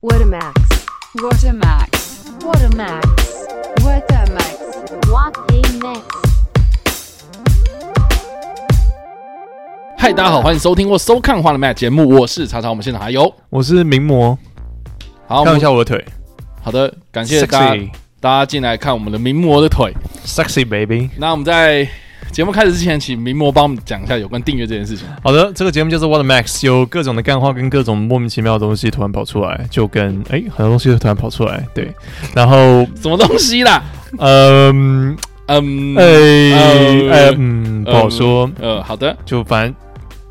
What a max. What a max. What a max. What a max. What a max. 嗨，大家好，欢迎收听或收看《花了麦》节目，我是查查，我们现场还有我是名模，好，我看们啊一下我的腿好的，感谢大家，sexy 大家进来看我们的名模的腿。 sexy baby。那我们在节目开始之前，请名模帮我们讲一下有关订阅这件事情。好的，这个节目叫做 What Max，有各种的干话跟各种莫名其妙的东西突然跑出来，就跟哎、很多东西都突然跑出来， 对。然后，什么东西啦？嗯，嗯，哎、呃哎，嗯，不好说，呃，好的，就反正。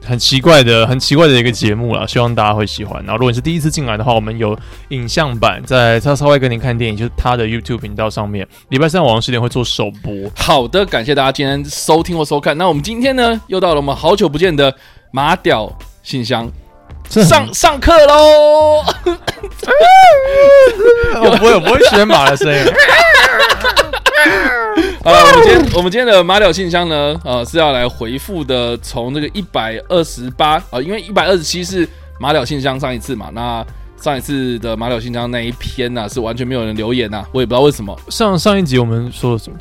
很奇怪的，很奇怪的一个节目啦，希望大家会喜欢。然后，如果你是第一次进来的话，我们有影像版在他稍微跟您看电影，就是他的 YouTube 频道上面，礼拜三晚上十点会做首播。好的，感谢大家今天收听或收看。那我们今天呢，又到了我们好久不见的马屌信箱这很上上课喽。我 不会，我不会学马的声音。呃，我们今天我们今天的马里奥信箱呢，呃，是要来回复的，从这个一百二十八啊，因为一百二十七是马里奥信箱上一次嘛，那上一次的马里奥信箱那一篇啊呢、是完全没有人留言呐、啊我也不知道为什么，上上一集我们说了什么？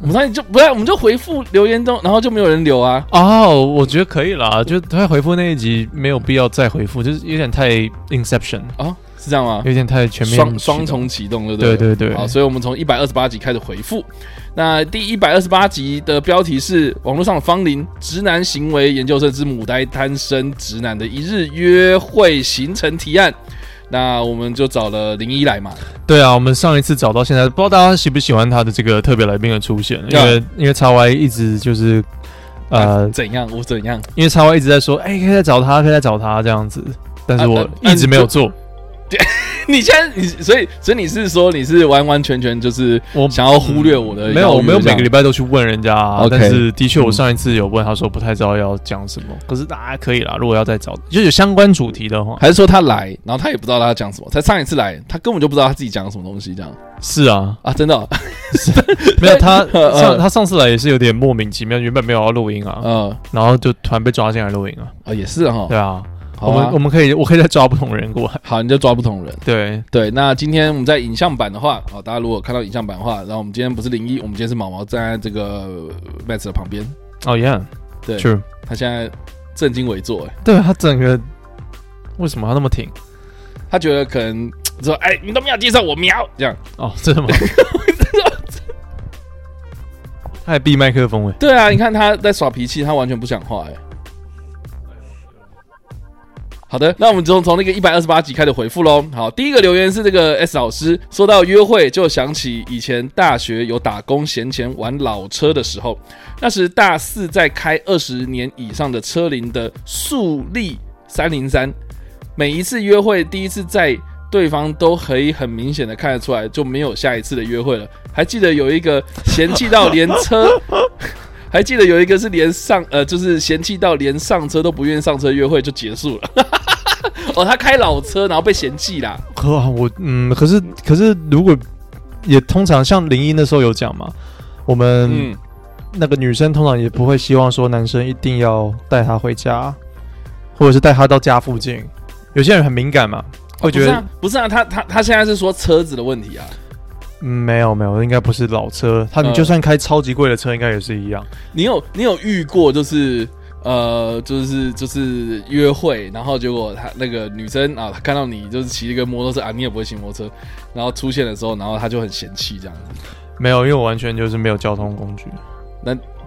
我们上一就不啊要，我们就回复留言中，然后就没有人留啊，哦，我觉得可以啦，就他回复那一集没有必要再回复，就是有点太 Inception，啊，是这样吗？有点太全面双启动双重启动，对不对？对对对好，所以我们从一百二十八集开始回复。那第一百二十八集的标题是“网络上的芳龄：直男行为研究社之母呆单身直男的一日约会行程提案”。那我们就找了零一来嘛，对啊，我们上一次找到现在，不知道大家喜不喜欢他的这个特别来宾的出现，因为因为 X Y 一直就是呃，呃，怎样我怎样，因为 X Y 一直在说，哎、可以再找他，可以再找他这样子，但是啊我啊啊一直没有做，你现在你所以所以你是说你是完完全全就是我想要忽略我的邀约没有，我没有这样每个礼拜都去问人家啊、 OK 但是的确，我上一次有问他说不太知道要讲什么，可是大家可以啦，如果要再找，就有相关主题的话，还是说他来，然后他也不知道他讲什么，才上一次来，他根本就不知道他自己讲了什么东西这样是啊， 啊，真的哦、没 有他呃上他上次来也是有点莫名其妙，原本没有要录音啊，呃然后就突然被抓进来录音啊，啊也是哈、对啊，好我啊们我们可以我可以再抓不同人过来，好，你就抓不同人。对，对，那今天我们在影像版的话，哦，大家如果看到影像版的话，然后我们今天不是零一，我们今天是毛毛站在这个 Max 的旁边，哦、yeah，对 true，他现在正襟危坐，哎，对啊他整个为什么他那么挺？他觉得可能说，哎，你都没有介绍我苗这样，哦，真的吗？ 他还闭麦克风哎、对啊，你看他在耍脾气，他完全不讲话，哎。好的，那我们就从那个一百二十八集开始回复喽。好，第一个留言是这个 S 老师，说到约会就想起以前大学有打工闲钱玩老车的时候，那时大四在开二十年以上的车龄的速力三零三，每一次约会，第一次在对方都可以很明显的看得出来，就没有下一次的约会了。还记得有一个嫌弃到连车，还记得有一个是连上呃，就是嫌弃到连上车都不愿意上车约会就结束了。 哦，他开老车，然后被嫌弃啦。可啊，我嗯，可是可是如果也通常像林一那时候有讲嘛，我们嗯，那个女生通常也不会希望说男生一定要带她回家，或者是带她到家附近。有些人很敏感嘛，会觉不是得、啊，不是啊，他他他现在是说车子的问题啊。嗯没有没有，应该不是老车，他嗯们就算开超级贵的车，应该也是一样。你有你有遇过就是呃就是就是约会，然后结果他那个女生啊，她看到你就是骑一个摩托车啊，你也不会骑摩托车，然后出现的时候，然后她就很嫌弃这样子。没有，因为我完全就是没有交通工具。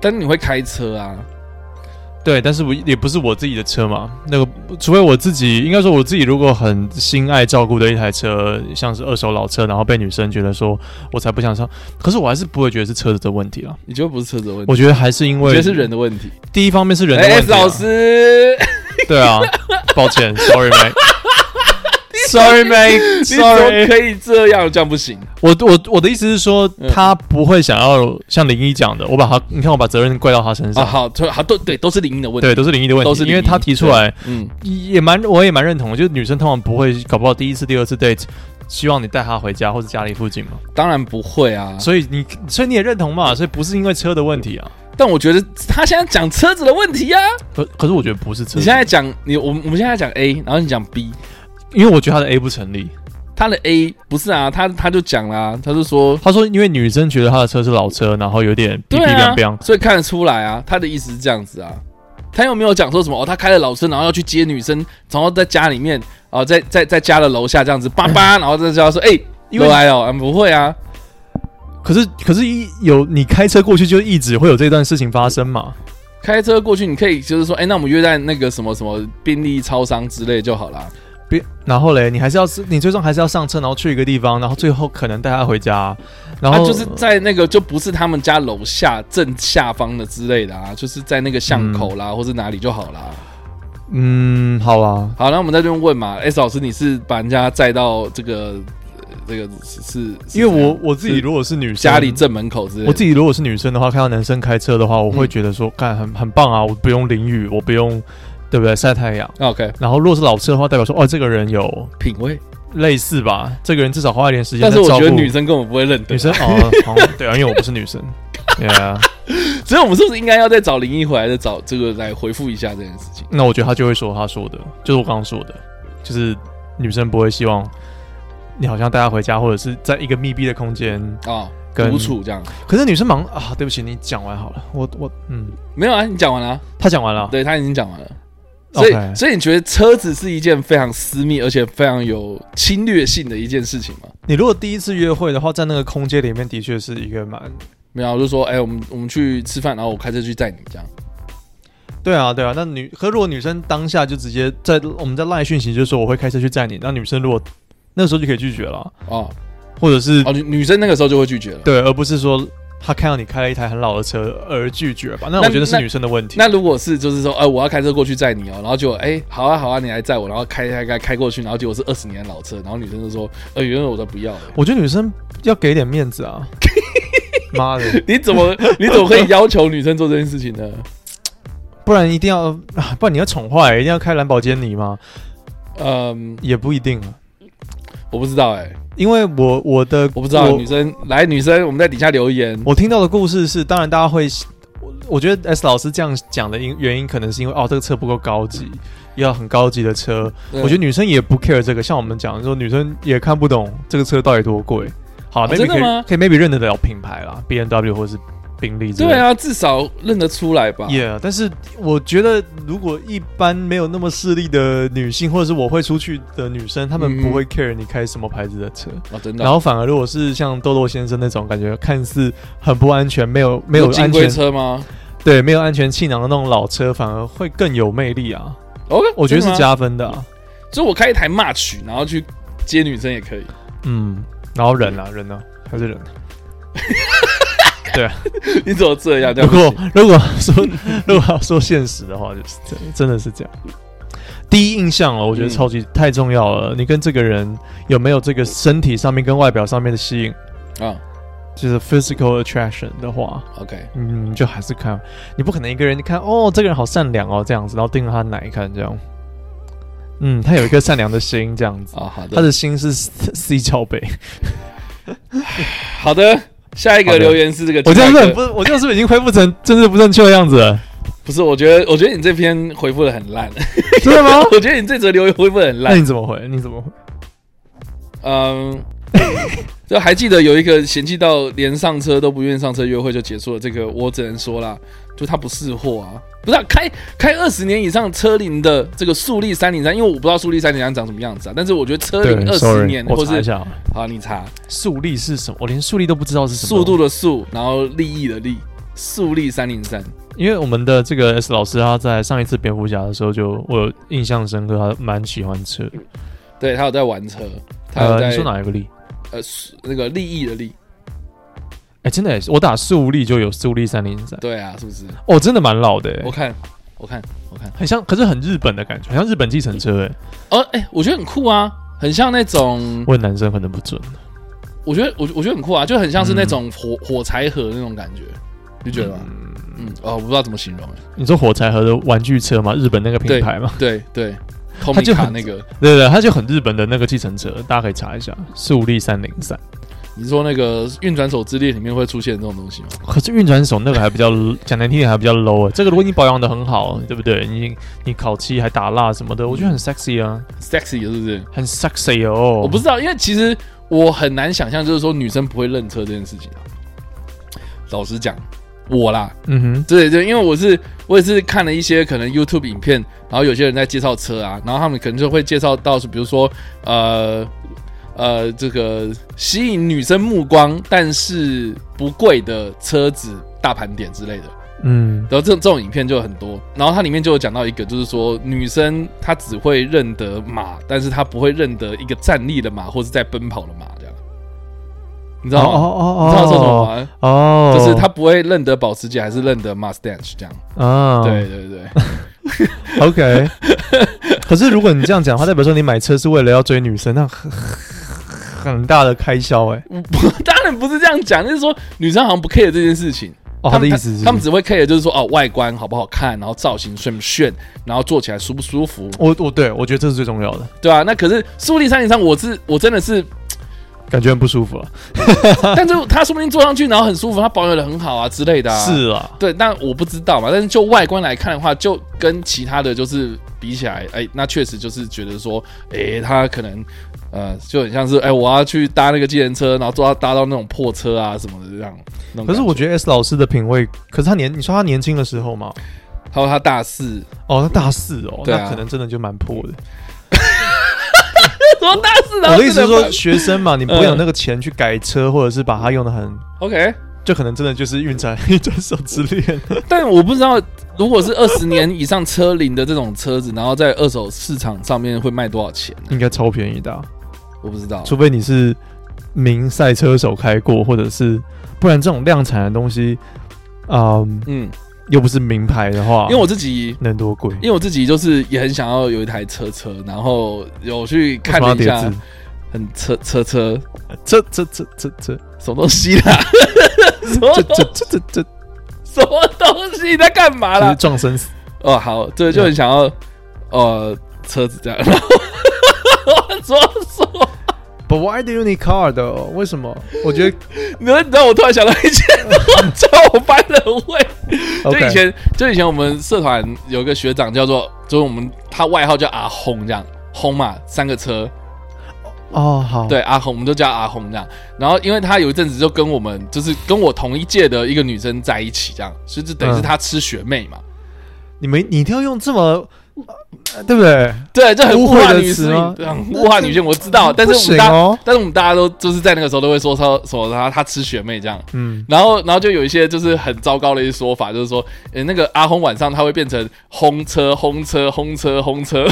但是你会开车啊？对，但是我也不是我自己的车嘛，那个除非我自己，应该说我自己如果很心爱照顾的一台车，像是二手老车，然后被女生觉得说我才不想上，可是我还是不会觉得是车子的问题啦，你觉得不是车子的问题？我觉得还是嗯因我为觉得是人的问题。第一方面是人的哎问 S 题、啊，老师，对啊， 抱歉，sorry mate。Sorry, 你怎么 mate，Sorry。可以这样？这样不行。我我我的意思是说嗯，他不会想要像林一讲的，我把他，你看我把责任怪到他身啊，上，好，对好，对对，都是林英的问题。对，都是林一的问都是题，因为林一他提出来，嗯，也蛮，我也蛮认同的，就是女生通常不会，搞不好第一次、第二次 date，希望你带她回家或者家里附近嘛，当然不会啊。所以你，所以你也认同嘛，所以不是因为车的问题啊，但我觉得他现在讲车子的问题啊。可可是我觉得不是车，你现在讲你，我们我们现在讲 A，然后你讲 B，因为我觉得他的 A 不成立，他的 A 不是啊，他他就讲啦、他就说他说因为女生觉得他的车是老车，然后有点哔对哔啊亮亮，，所以看得出来啊，他的意思是这样子啊。他又没有讲说什么哦，他开了老车，然后要去接女生，然后在家里面哦，在在在家的楼下这样子叭叭，然后再叫他说哎，因又为来哦，嗯不会啊，可是可是一有你开车过去就一直会有这段事情发生嘛？开车过去你可以就是说哎，那我们约在那个什么什么便利超商之类就好啦。别，然后嘞，你还是要你最终还是要上车，然后去一个地方，然后最后可能带他回家，然他后、啊就是在那个就不是他们家楼下正下方的之类的啊，就是在那个巷口啦，或是哪里就好啦。嗯，好啊，好，那我们在这边问嘛，S 老师，你是把人家载到这个呃这个是是是因为我怎样我自己如果是女生，家里正门口之类的，我自己如果是女生的话，看到男生开车的话，我嗯会觉得说，干、很很棒啊，我不用淋雨，我不用对不对晒太阳。 OK 然后如果是老车的话，代表说哦，这个人有品味，类似吧，这个人至少花一点时间但在是照顾。我觉得女生根本不会认得啊女生哦，好对啊，因为我不是 女生，yeah，所以我们是不是应该要再找林一回来再找这个来回复一下这件事情？那我觉得他就会说他说的，就是我刚刚说的，就是女生不会希望你好像带她回家，或者是在一个密闭的空间。啊、跟独处这样可是女生忙啊，对不起，你讲完好了，我我嗯，没有啊？你讲完了啊、他讲完了，对他已经讲完了。所以 OK 所以你觉得车子是一件非常私密而且非常有侵略性的一件事情吗？你如果第一次约会的话，在那个空间里面的确是一个蛮……没有啊，我就说，哎、我们我们去吃饭，然后我开车去载你，这样。对啊，对啊。那女，可如果女生当下就直接在我们在赖讯息，就说我会开车去载你，那女生如果那时候就可以拒绝了，啊哦或者是、哦，女女生那个时候就会拒绝了。嗯对，而不是说她看到你开了一台很老的车而拒绝吧？那我那觉得是那女生的问题。那如果是就是说，哎、我要开车过去载你哦，然后结果，哎、好啊好啊，你来载我，然后开开开开过去，然后结果是二十年的老车，然后女生就说，呃，原来我都不要了。我觉得女生要给点面 子啊！妈的，你怎么 你怎么可以要求女生做这件事情呢？不然一定要，啊不然你要宠坏、一定要开兰博基尼吗？嗯，也不一定啊，我不知道哎、因为我我的我不知道我女生来女生，我们在底下留言。我听到的故事是，当然大家会，我我觉得 S 老师这样讲的因原因，可能是因为哦，这个车不够高级，要很高级的车。我觉得得女生也不 care 这个，像我们讲的说，女生也看不懂这个车到底多贵。好、哦 m a y 真 b 的 e 可吗以可以 maybe 认得了品牌啦，B N W 或是宾利之类对的。啊，至少认得出来吧。 ，Yeah，但是我觉得如果一般没有那么势力的女性，或者是我会出去的女生，她们嗯不会 care 你开什么牌子的车。哦，真的。然后反而如果是像豆豆先生那种感觉，看似很不安全，没有没有金安龟全车吗对没有安全气囊的那种老车，反而会更有魅力啊！ ？OK，我觉得真的是吗加分的、啊，所以我开一台 March，然后去接女生也可以。 嗯，然后人啊人啊还是人。你怎么这样？这如样不行果如果说 如果要说现实的话，就是这真的是这样。第一印象哦，我觉得嗯超级、太重要了。你跟这个人有没有这个身体上面跟外表上面的吸引，啊就是 physical attraction 的话， ，OK，嗯，就还是看，你不可能一个人看哦，这个人好善良哦，这样子，然后盯着他奶看这样。嗯，他有一颗善良的心，这样子，啊，好的，他的心是 C 罩 杯。好的。下一个好的留言是这个，我这样是很不，我这样是不是已经恢复成政治不正确的样子了？ 不是？我觉得，我觉得你这篇回复的很烂，真 的吗？我觉得你这则留言回复得很那烂。你怎么回？你怎么回？嗯， 就还记得有一个嫌弃到连上车都不愿意上车约会就结束了，这个我只能说啦，就他不是货啊，不是、啊、开开二十年以上车龄的这个速力三零三，因为我不知道速力三零三长什么样子啊，但是我觉得车龄二十年或我查一是下啊。好，你查速力是什么？我连速力都不知道是什么。速度，的速，然后利益的利，速力三零三。因为我们的这个 S 老师他在上一次蝙蝠侠的时候就我有印象深刻，他蛮喜欢车。对他有在玩车，他有呃，在、你说哪一个力？呃是那个利益的利，哎、真的耶，我打速力就有速力三零三。对啊，是不是？哦，真的蛮老的耶。我看，我看，我看，很像，可是很日本的感觉，很像日本计程车哎、哦，哎、我觉得很酷啊，很像那种，问男生可能不准，我觉得我我觉得很酷啊，就很像是那嗯种火、火柴盒那种感觉，你觉得吗？嗯，哦，我不知道怎么形容，你说火柴盒的玩具车嘛，日本那个品牌嘛，对对。空它米就卡很那个，对对，它就很日本的那个计程车，大家可以查一下，速力三零三。你说那个运转手之恋里面会出现这种东西吗？可是运转手那个还比较讲难听点还比较 low 啊。这个如果你保养的很好，对不对？你你烤漆还打蜡什么的，我觉得很 sexy 啊， sexy 是不是？很 sexy 哦。我不知道，因为其实我很难想象，就是说女生不会认车这件事情啊。老实讲，我啦，嗯哼，对对，因为我是我也是看了一些可能 YouTube 影片，然后有些人在介绍车啊，然后他们可能就会介绍到是比如说呃呃这个吸引女生目光但是不贵的车子大盘点之类的。嗯然后这这种影片就很多，然后它里面就有讲到一个，就是说女生她只会认得马，但是她不会认得一个站立的马或是在奔跑的马这样，你知道吗？哦哦你知道说什么吗？哦，就是她不会认得保时捷还是认得 Mustang 这样。啊，对对对， ，OK。可是如果你这样讲的话，代表说你买车是为了要追女生，那很很大的开销哎、当然不是这样讲，就是说女生好像不 care 这件事情。哦，他他们的意思是，他们只会 care 就是说哦外观好不好看，然后造型炫不炫，然后坐起来舒不舒服，我我对我觉得这是最重要的，对啊，那可是苏力山以上，我是我真的 是感觉很不舒服啊。但是他说不定坐上去，然后很舒服，他保养的很好啊之类的、啊。，是啊，对，但我不知道嘛。但是就外观来看的话，就跟其他的就是比起来，哎，那确实就是觉得说，哎，他可能呃，就很像是哎，我要去搭那个计程车，然后坐到搭到那种破车啊什么的这样。那种可是感我觉觉得 S 老师的品味，可是他年，你说他年轻的时候嘛，他说他大四，哦，他大四哦，对啊那可能真的就蛮破的。什么大四啊？我的意思是真说，不学生嘛，你不会有那个钱去改车，或者是把它用的很， ，OK，就可能真的就是运转 运转手之恋。但我不知道，如果是二十年以上车龄的这种车子，然后在二手市场上面会卖多少钱呢？应该超便宜的啊、我不知道。除非你是名赛车手开过，或者是不然这种量产的东西，嗯，嗯，又不是名牌的话，因为我自己能多贵？因为我自己就是也很想要有一台车车，然后有去看了为一什么要下叠，很车车车字，这这这这这什么东西 啦，什么这东这这这这，什么东西你在干嘛就是啦？撞生死。哦，好，对，就很想要呃车子这样， 然后我怎么说？ But why do you need car 的？为什么？我 觉得你知道，你知道我突然想到一件， 我教我班的很会。就 OK 以前，就以前我们社团有一个学长叫做，就是我们他外号叫阿轰，这样轰嘛，三个车，哦好，对阿红，我们都叫阿红这样。然后因为她有一阵子就跟我们，就是跟我同一届的一个女生在一起，这样，所以就等于是嗯她吃学妹嘛。你们你一定要用这么，呃对不对？对，这很污物秽化的女词性吗，对很物化女性，我知道。但是不我们行大，哦，但是我们大家都就是在那个时候都会说说说她她吃学妹这样。嗯，然后，然后就有一些就是很糟糕的一些说法，就是说，呃，那个阿轰晚上他会变成轰车、轰车、轰车、轰车，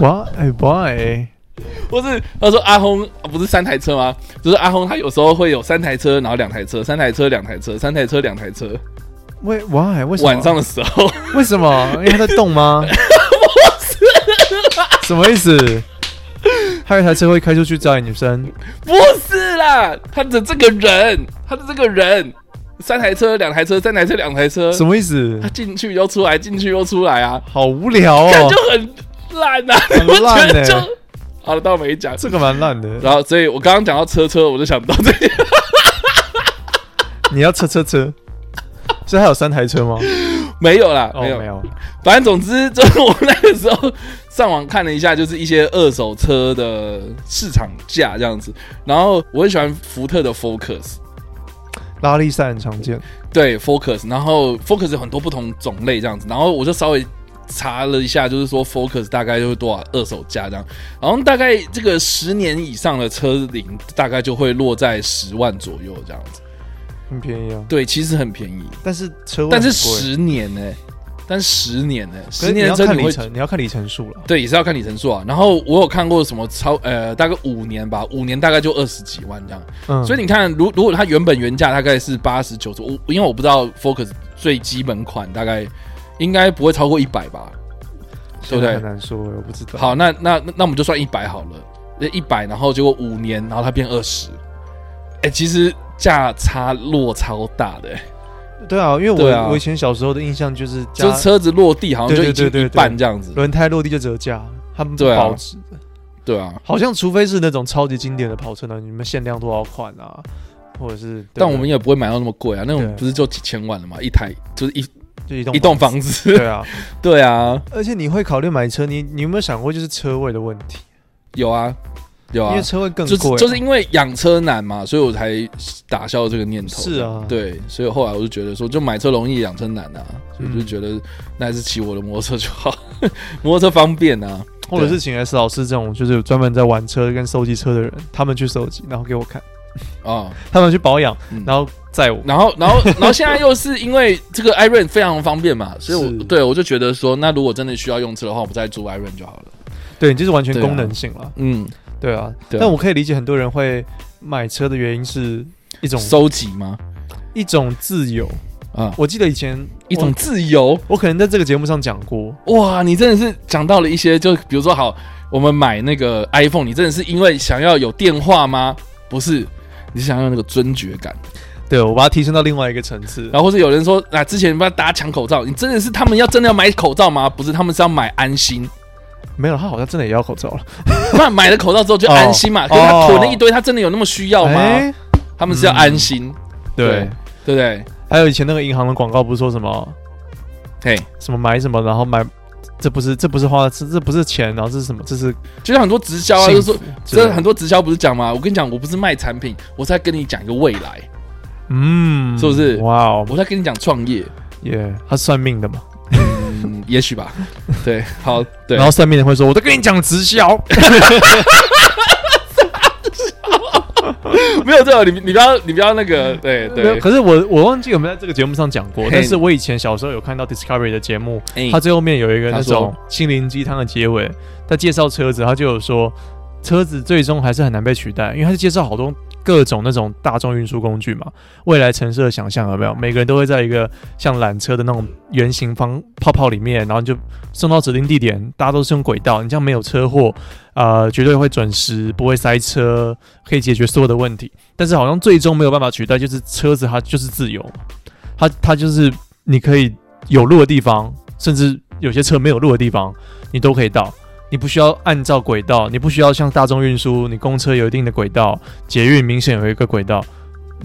why 哎 why？或是他说阿轰啊不是三台车吗？就是阿轰他有时候会有三台车，然后两台车，三台车两台车，三台车两台车。为 why 为什么晚上的时候，为什么？因为他在 动吗？什么意思？还有一台车会开出去招引女生，不是啦，他的这个人，他的这个人，三台车，两台车，三台车，两台车，什么意思他？进去又出来，进去又出来啊，好无聊感哦就，很烂啊，很我烂觉得欸就好了，倒没讲。这个蛮烂的。然后，所以我刚刚讲到车车，我就想到这些。你要车车车，所以还有三台车吗？ 没有啦，哦，没有，没有。反正总之就是我那个时候上网看了一下，就是一些二手车的市场价这样子。然后我很喜欢福特的 Focus，拉力赛很常见，对 Focus，然后 Focus 有很多不同种类这样子，然后我就稍微查了一下，就是说 Focus 大概就是多少二手价这样，然后大概这个十年以上的车龄大概就会落在十万左右这样子。很便宜啊。对，其实很便宜，但是车位很贵，但是十年呢、但十年呢、可十是你年要的车看你里会程，你要看里程数了。对也是要看里程数啊。然后我有看过什么超呃大概五年吧，五年大概就二十几万这样。嗯，所以你看，如如果它原本原价大概是八十九十，我因为我不知道 Focus 最基本款大概应该不会超过一百吧。对不对很难说，我不知道。好，，那那那那我们就算一百好了，那一百，然后结果五年，然后它变二十，哎，其实价差落超大的、欸，对啊，因为对啊我我以前小时候的印象就是加就是车子落地好像就已对对经对对一半这样子。轮胎落地就折价，他们对啊保值的。对啊。好像除非是那种超级经典的跑车呢，你们限量多少款啊，或者是，啊但我们也不会买到那么贵啊，那种对不是就几千万了嘛，一台就是一就一栋一栋房子。 对啊， 对啊，而且你会考虑买车，你你有没有想过就是车位的问题？有啊，有因啊为，车位更就是贵啊、就是因为养车难嘛，所以我才打消了这个念头。是啊，，对，所以后来我就觉得说，就买车容易，养车难啊，所以我就嗯觉得那还是骑我的摩托车就好， 摩托车方便啊。或者是请 S 老师这种就是专门在玩车跟收集车的人，他们去收集，然后给我看，啊、他们去保养嗯，然后载我。然后，然 后，然后现在又是因为这个 i r o n 非常方便嘛，所以我是对我就觉得说，那如果真的需要用车的话，我们再租 i r o n 就好了。对，就是完全对啊功能性了。嗯，对啊，对啊但我可以理解很多人会买车的原因是一种收集吗？一种自由。啊、我记得以前一种自由。我，我可能在这个节目上讲过，哇，你真的是讲到了一些，就比如说，好，我们买那个 iPhone，你真的是因为想要有电话吗？不是，你是想要那个尊爵感。对我把它提升到另外一个层次。然后或是有人说，啊，之前帮大家抢口罩，你真的是他们要真的要买口罩吗？不是，他们是要买安心。没有，他好像真的也要口罩了。那买了口罩之后就安心嘛，哦可是他囤了一堆，他真的有那么需要吗？哎嗯他们是要安心，对，哦对不对？还有以前那个银行的广告不是说什么嘿，什么买什么，然后买。这不是这不是花这这不是钱，然后这是什么？这是就像很多直销啊，就幸是福说，之类这很多直销不是讲吗？我跟你讲，我不是卖产品，我是在跟你讲一个未来，嗯，是不是哇哦，我在跟你讲创业，耶，他是算命的嘛？嗯， 也许吧。对，好，对然，后算命的会说，我都跟你讲直销， 没有这个，你你不要你不要那个，对没有对，可是我我忘记有没有在这个节目上讲过嘿，但是我以前小时候有看到 Discovery 的节目，哎它最后面有一个他那说种心灵鸡汤的结尾，在介绍车子，他就有说车子最终还是很难被取代，因为他是介绍好多各种那种大众运输工具嘛，未来城市的想象有没有？每个人都会在一个像缆车的那种圆形方泡泡里面，然后你就送到指定地点，大家都是用轨道，你这样没有车祸，呃，绝对会准时，不会塞车，可以解决所有的问题。但是好像最终没有办法取代，就是车子它就是自由，它它就是你可以有路的地方，甚至有些车没有路的地方，你都可以到。你不需要按照轨道，你不需要像大众运输，你公车有一定的轨道，捷运明显有一个轨道，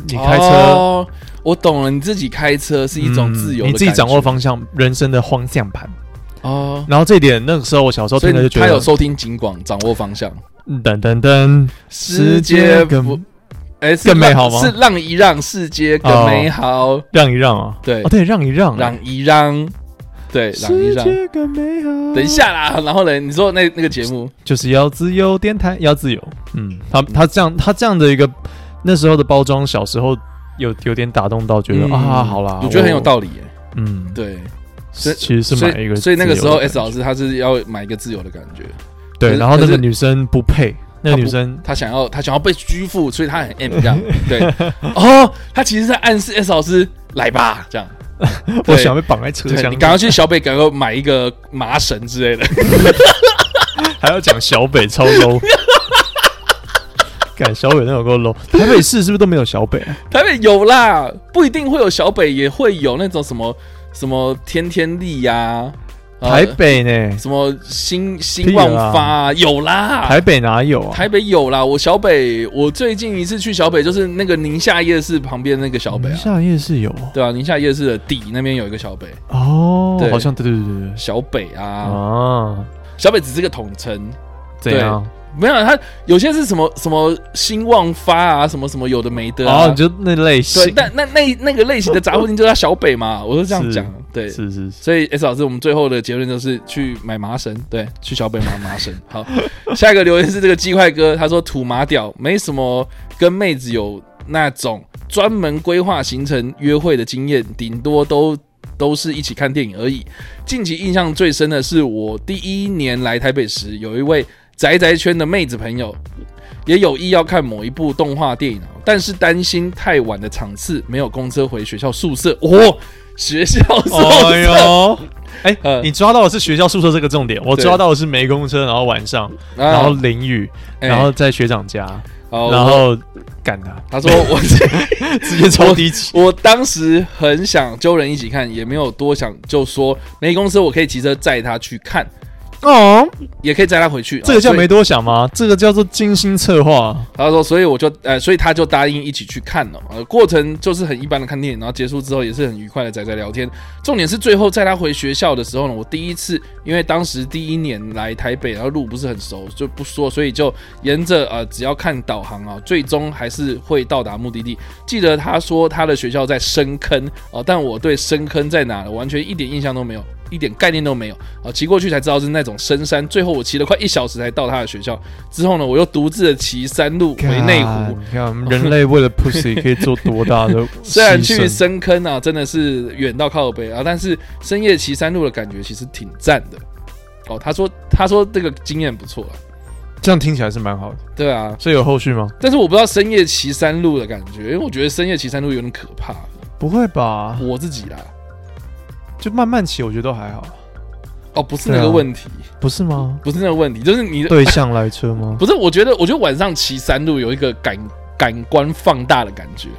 你开车、哦我懂了，你自己开车是一种嗯自由的感你觉，自己掌握方向，人生的方向盘。哦。然后这一点，那个时候我小时候所以听了就你觉他有得，嗯收听警广，掌握方向。噔噔噔，世界不更，哎，是更美让好吗是让一让，世界更哦美好。让一让啊，对哦，对，让一让，让一让，对，让一世让。界更美好。等一，下啦，然后呢？你说那那个节目，就是要自由电台，要自由。嗯，他他这样他这样的一个那时候的包装，小时候有有点打动到，觉得、嗯啊，好啦，我觉得很有道理耶。我。嗯，对，所以其实是所买一以个所以那个时候自由的 S 老师他是要买一个自由的感觉，可对，是然后那可个是女生不配，那个她女不生他想要他想要被拘束，所以他很 M 这样。对，哦，他其实在暗示 S 老师来吧，这样。我对想被绑在车对厢你里，赶快去小北，赶快买一个麻绳之类的。 还要讲小北超 low。赶小北那有够 low，台北市是不是都没有小北、啊？台北有啦，不一定会有小北，也会有那种什么什么天天力呀、呃台北呢？什么新新旺发、啊、有啦，台北哪有啊？台北有啦。我小北，我最近一次去小北就是那个宁夏夜市旁边那个小北宁啊，夏夜市有对啊，宁夏夜市的底那边有一个小北，哦对，好像对对对对对小北啊，啊，小北只是个统称。怎样？没有，它有些是什么什么兴旺发啊，什么什么有的没的啊。哦，就那类型对，，但那那那个类型的杂货店就叫小北嘛，我是这样讲。对，是是是，所以 S 老师，我们最后的结论就是去买麻绳，对，去小北买麻绳。好，下一个留言是这个鸡块哥，他说土麻屌没什么跟妹子有那种专门规划行程约会的经验，顶多都。都是一起看电影而已。近期印象最深的是，我第一年来台北时，有一位宅宅圈的妹子朋友，也有意要看某一部动画电影啊，但是担心太晚的场次没有公车回学校宿舍。 哦，学校宿舍，哎呦，哎、呃你抓到的是学校宿舍这个重点，我对抓到的是没公车，然后晚上，然然后淋雨，啊哎然后在学长家，哦然后干他，他 说我直接超低级，我当时很想揪人一起看，也没有多想，就说没公司我可以骑车载他去看。 哦，也可以载他回去。这个哦叫啊所以没多想吗？这个叫做精心策划。他说，所以我就呃，所以他就答应一起去看了。呃，过程就是很一般的看电影，然后结束之后也是很愉快的仔仔聊天。重点是最后在他回学校的时候呢，我第一次因为当时第一年来台北，然后路不是很熟，就不说，所以就沿着呃，只要看导航啊，最终还是会到达目的地。记得他说他的学校在深坑哦、但我对深坑在哪完全一点印象都没有。一点概念都没有啊！骑过去才知道是那种深山，最后我骑了快一小时才到他的学校。之后呢，我又独自的骑山路回内湖 God，，你看我们人类为了 pussy 可以做多大的 虽然去牺牲深坑啊，真的是远到靠北啊，但是深夜骑山路的感觉其实挺赞的。哦，他说他说这个经验不错了，啊这样听起来是蛮好的。对啊，所以有后续吗？但是我不知道深夜骑山路的感觉，因为我觉得深夜骑山路有点可怕，不会吧？我自己啦。啊就慢慢骑，我觉得都还好，哦，不是那对个啊问题，不是吗？不是那个问题，就是你的 对向来车吗？不是，我觉得我觉得晚上骑山路有一个感感官放大的感觉。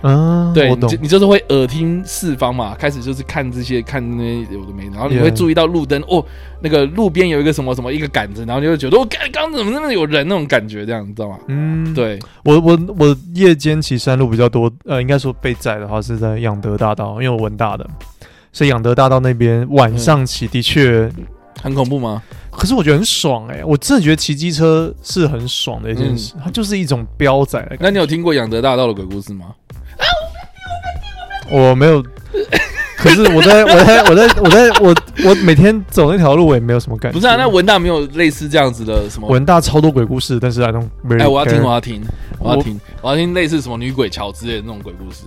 嗯，对，我你懂就。你就是会耳听四方嘛，开始就是看这些看那些有的没的，然后你 Yeah 会注意到路灯哦，那个路边有一个什么什么一个杆子，然后你就会觉得我刚刚怎么那么有人那种感觉，这样你知道吗？嗯，，对，我我我夜间骑山路比较多，呃，应该说被载的话是在养德大道，因为我文大的，所以养德大道那边晚上骑的确，嗯很恐怖吗？可是我觉得很爽哎、我真的觉得骑机车是很爽的一件嗯事，它就是一种飙仔的感那你有听过养德大道的鬼故事吗？觉。我没有， 可是我在我在我在我在我我每天走那条路，我也没有什么感觉。不是啊，那文大没有类似这样子的什么？文大超多鬼故事，但是 I don't really 哎，我要听， care 我要听，我要我听，我要听类似什么女鬼桥之类的那种鬼故事。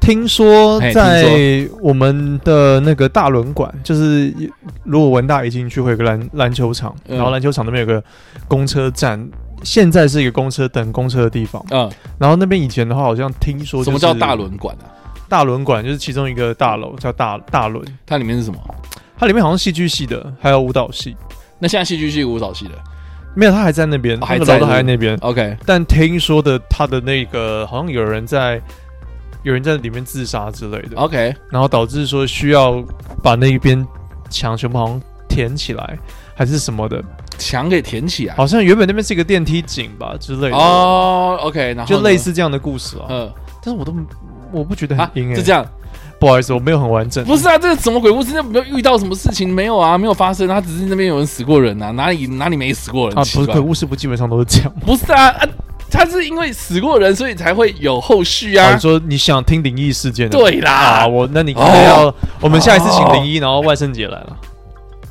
听说嘿在我们的那个大轮馆，就是如果文大一进去会有个篮篮球场，嗯然后篮球场那边有个公车站，现在是一个公车等公车的地方。嗯，然后那边以前的话，好像听说、什么叫大？轮馆啊？大轮馆就是其中一个大楼叫大大轮，它里面是什么？它里面好像戏剧系的，还有舞蹈系，那现在戏剧系舞蹈系的没有，它还在那边，哦还那个在楼都还在是不是那边。 ，OK，但听说的，它的那个好像有人在，有人在里面自杀之类的。 OK，然后导致说需要把那一边墙全部好像填起来，还是什么的，墙给填起啊来。好像原本那边是一个电梯井吧之类的，哦，OK，然后就呢类，似这样的故事啊。 嗯但是我都我不觉得啊很，阴哎、就这样，不好意思，我没有很完整。不是啊，这是什么鬼故事？那没有遇到什么事情没有啊？没有发生，他只是那边有人死过人啊，哪里哪里没死过人？啊，奇不是怪鬼故事不基本上都是这样吗？不是啊啊，他是因为死过人，所以才会有后续啊、啊你。说你想听灵异事件的？对啦哦啊，我那你可能要、我们下一次请灵异，然后万圣节来了，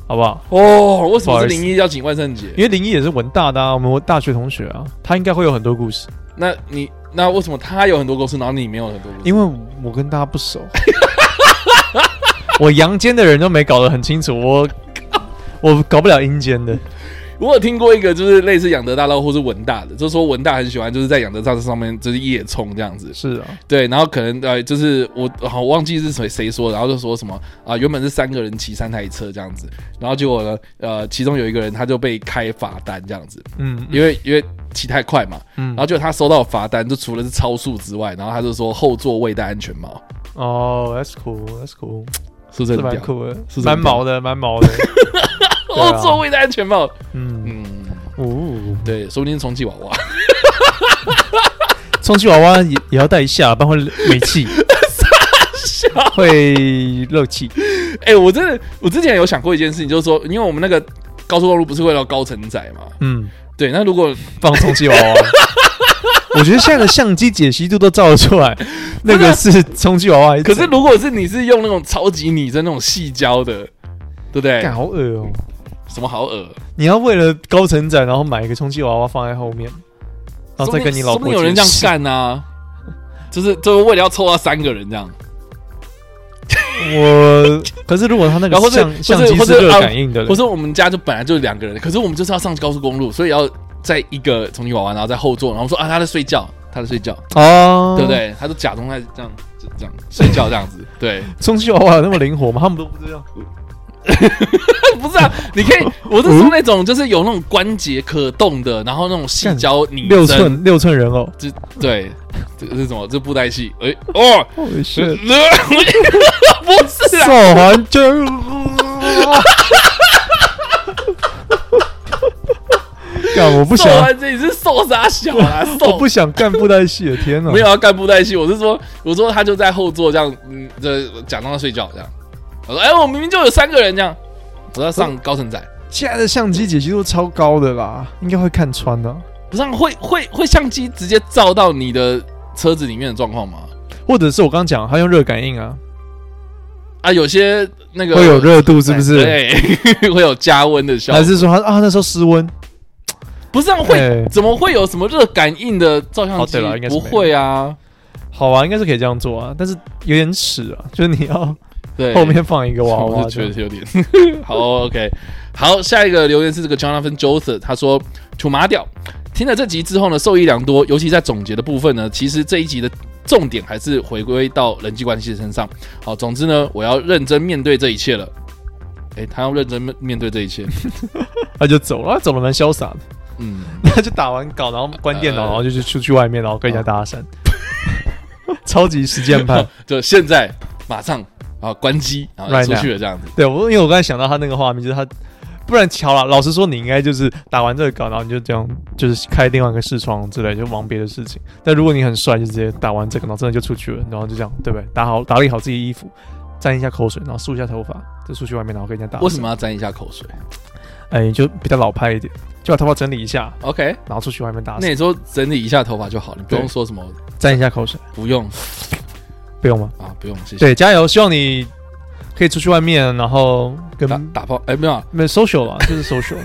好不好？哦，为什不么好是意思零一要请万圣节？因为灵异也是文大的、啊，我们大学同学啊，他应该会有很多故事。那你那为什么他有很多故事，然后你没有很多故事？因为我跟大家不熟， 我阳间的人都没搞得很清楚，我我搞不了阴间的。我有听过一个，就是类似养德大道或是文大的，就是说文大很喜欢就是在养德大道上面就是夜冲这样子，是啊，对，然后可能呃，就是我好忘记是谁谁说的，然后就说什么啊、原本是三个人骑三台车这样子，然后结果呢，呃，其中有一个人他就被开罚单这样子，嗯因为因为骑太快嘛，嗯然后就他收到罚单，就除了是超速之外，然后他就说后座未戴安全帽，哦、t h a t s cool，That's cool，是不是这很蛮屌？酷的是，不是很屌蛮毛的，蛮毛的。啊后座未戴安全帽，嗯，嗯，哦，对，说不定是充气娃娃， 充气娃娃也也要带一下，不然会没气，会漏气。哎、我真的我之前有想过一件事情，就是说，因为我们那个高速公路不是会到高承载嘛，嗯，对，那如 果放充气 娃娃。我觉得现在的相机解析度都照得出来，那个是充气娃娃还可怎样。是如果是你是用那种超级拟真那种细胶的，对不对？干好恶哦、什么好恶？你要为了高成长，然后买一个充气娃娃放在后面，然后哦再跟你老说不婆定有人这样解释，干啊，就是就是为了要凑到三个人这样，我可是如果他那然后或个者相相或者机或是者热啊感应的嘞，或者我们家就本来就两个人，可是我们就是要上高速公路，所以要在一个充气娃娃，然后在后座，然后说啊他在睡觉，他在睡觉，啊，对不？对？他就假装在这样就这样睡觉这样子，对， 充气娃娃有那么灵活吗？他们都不知道。不是啊，你可嗯以，我是说那种就是有那种关节可动的，然后那种细胶拟六真，寸六寸人偶，这对，这个是什么？这布袋戏，哎、 哦。我呃是不是手啊，环就。 干，我不不想，完啊这你是受啥小啊？啊我受不想干布袋戏了，天哪！没有要啊干布袋戏，我是说，我说他就在后座这样，嗯，这假装在睡觉这样。我说，哎，我明明就有三个人这样，我要上高层仔，现在的相机解析度超高的啦，应该会看穿的啊、不是啊会会会相机直接照到你的车子里面的状况吗？或者是我刚刚讲，他用热感应啊，啊，有些那个会有热度是不是？对， 会有加温的效果还。是说他啊那时候失温？不是啊，会哎怎么会有什么热感应的照相哦机？对了应该是不没有会啊，好啊，应该是可以这样做啊，但是有点耻啊，就是你要对，后面放一个娃 我是娃这觉样，得有点 好。OK，好，下一个留言是这个 Jonathan Joseph，他说土麻屌，听了这集之后呢，受益良多，尤其在总结的部分呢，其实这一集的。重点还是回归到人际关系身上。好，总之呢，我要认真面对这一切了。诶、他要认真面面对这一 切。他就走了，他走的蛮潇洒的，嗯， 他就打完稿，然后关电脑，呃啊然后就去出去外面，然后跟人家搭讪， 超级实践派。就现在，马上啊，关机，然后 Right 就出去了这样子。对我，因为我刚才想到他那个画面，就是他，不然巧了。老实说，你应该就是打完这个稿，然后你就这样，就是开另外一个视窗之类，就忙别的事情。但如果你很帅，就直接打完这个，然后真的就出去了，然后就这样，对不对？打好打理好自己衣服，沾一下口水，然后梳一下头发，就出去外面，然后跟人家打。 为什么？要沾一下口水哎，就比较老派一点，就把头发整理一下， ？OK，然后出去外面打那，你说整理一下头发就好，你不用对说什么，沾一下口水，不用不用吗？啊，不用，谢谢。对，加油！希望你可以出去外面，然后跟打打炮，哎，没有啊，没 social 啦，就是 social。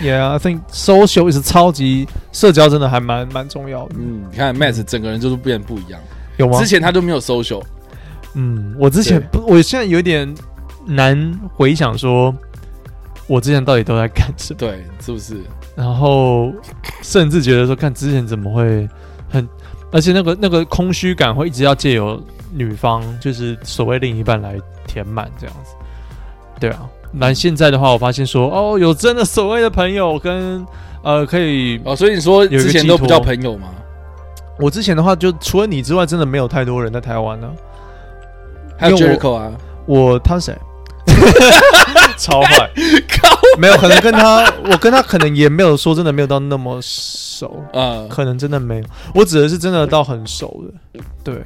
Yeah，I think social is 超级社交，真的还蛮蛮重要的，嗯，你看 Max 整个人就是变得不一样。有吗之？前他都没有 social，嗯，我之前对不，我现在有点难回想说，我之前到底都在干什么，对，是不是？然后甚至觉得说，看之前怎么会很，而且那个那个空虚感会一直要借由女方，就是所谓另一半来填满这样子，对啊。那现在的话，我发现说，哦，有真的所谓的朋友跟呃，可以哦，所以你说有一个之前寄都不托叫朋友吗？我之前的话，就除了你之外，真的没有太多人在台湾呢、还有因为我 Jericho 啊，我他 是谁？超坏，没有，可能跟他，我跟他可能也没有说真的没有到那么熟，呃可能真的没有。我指的是真的到很熟的，对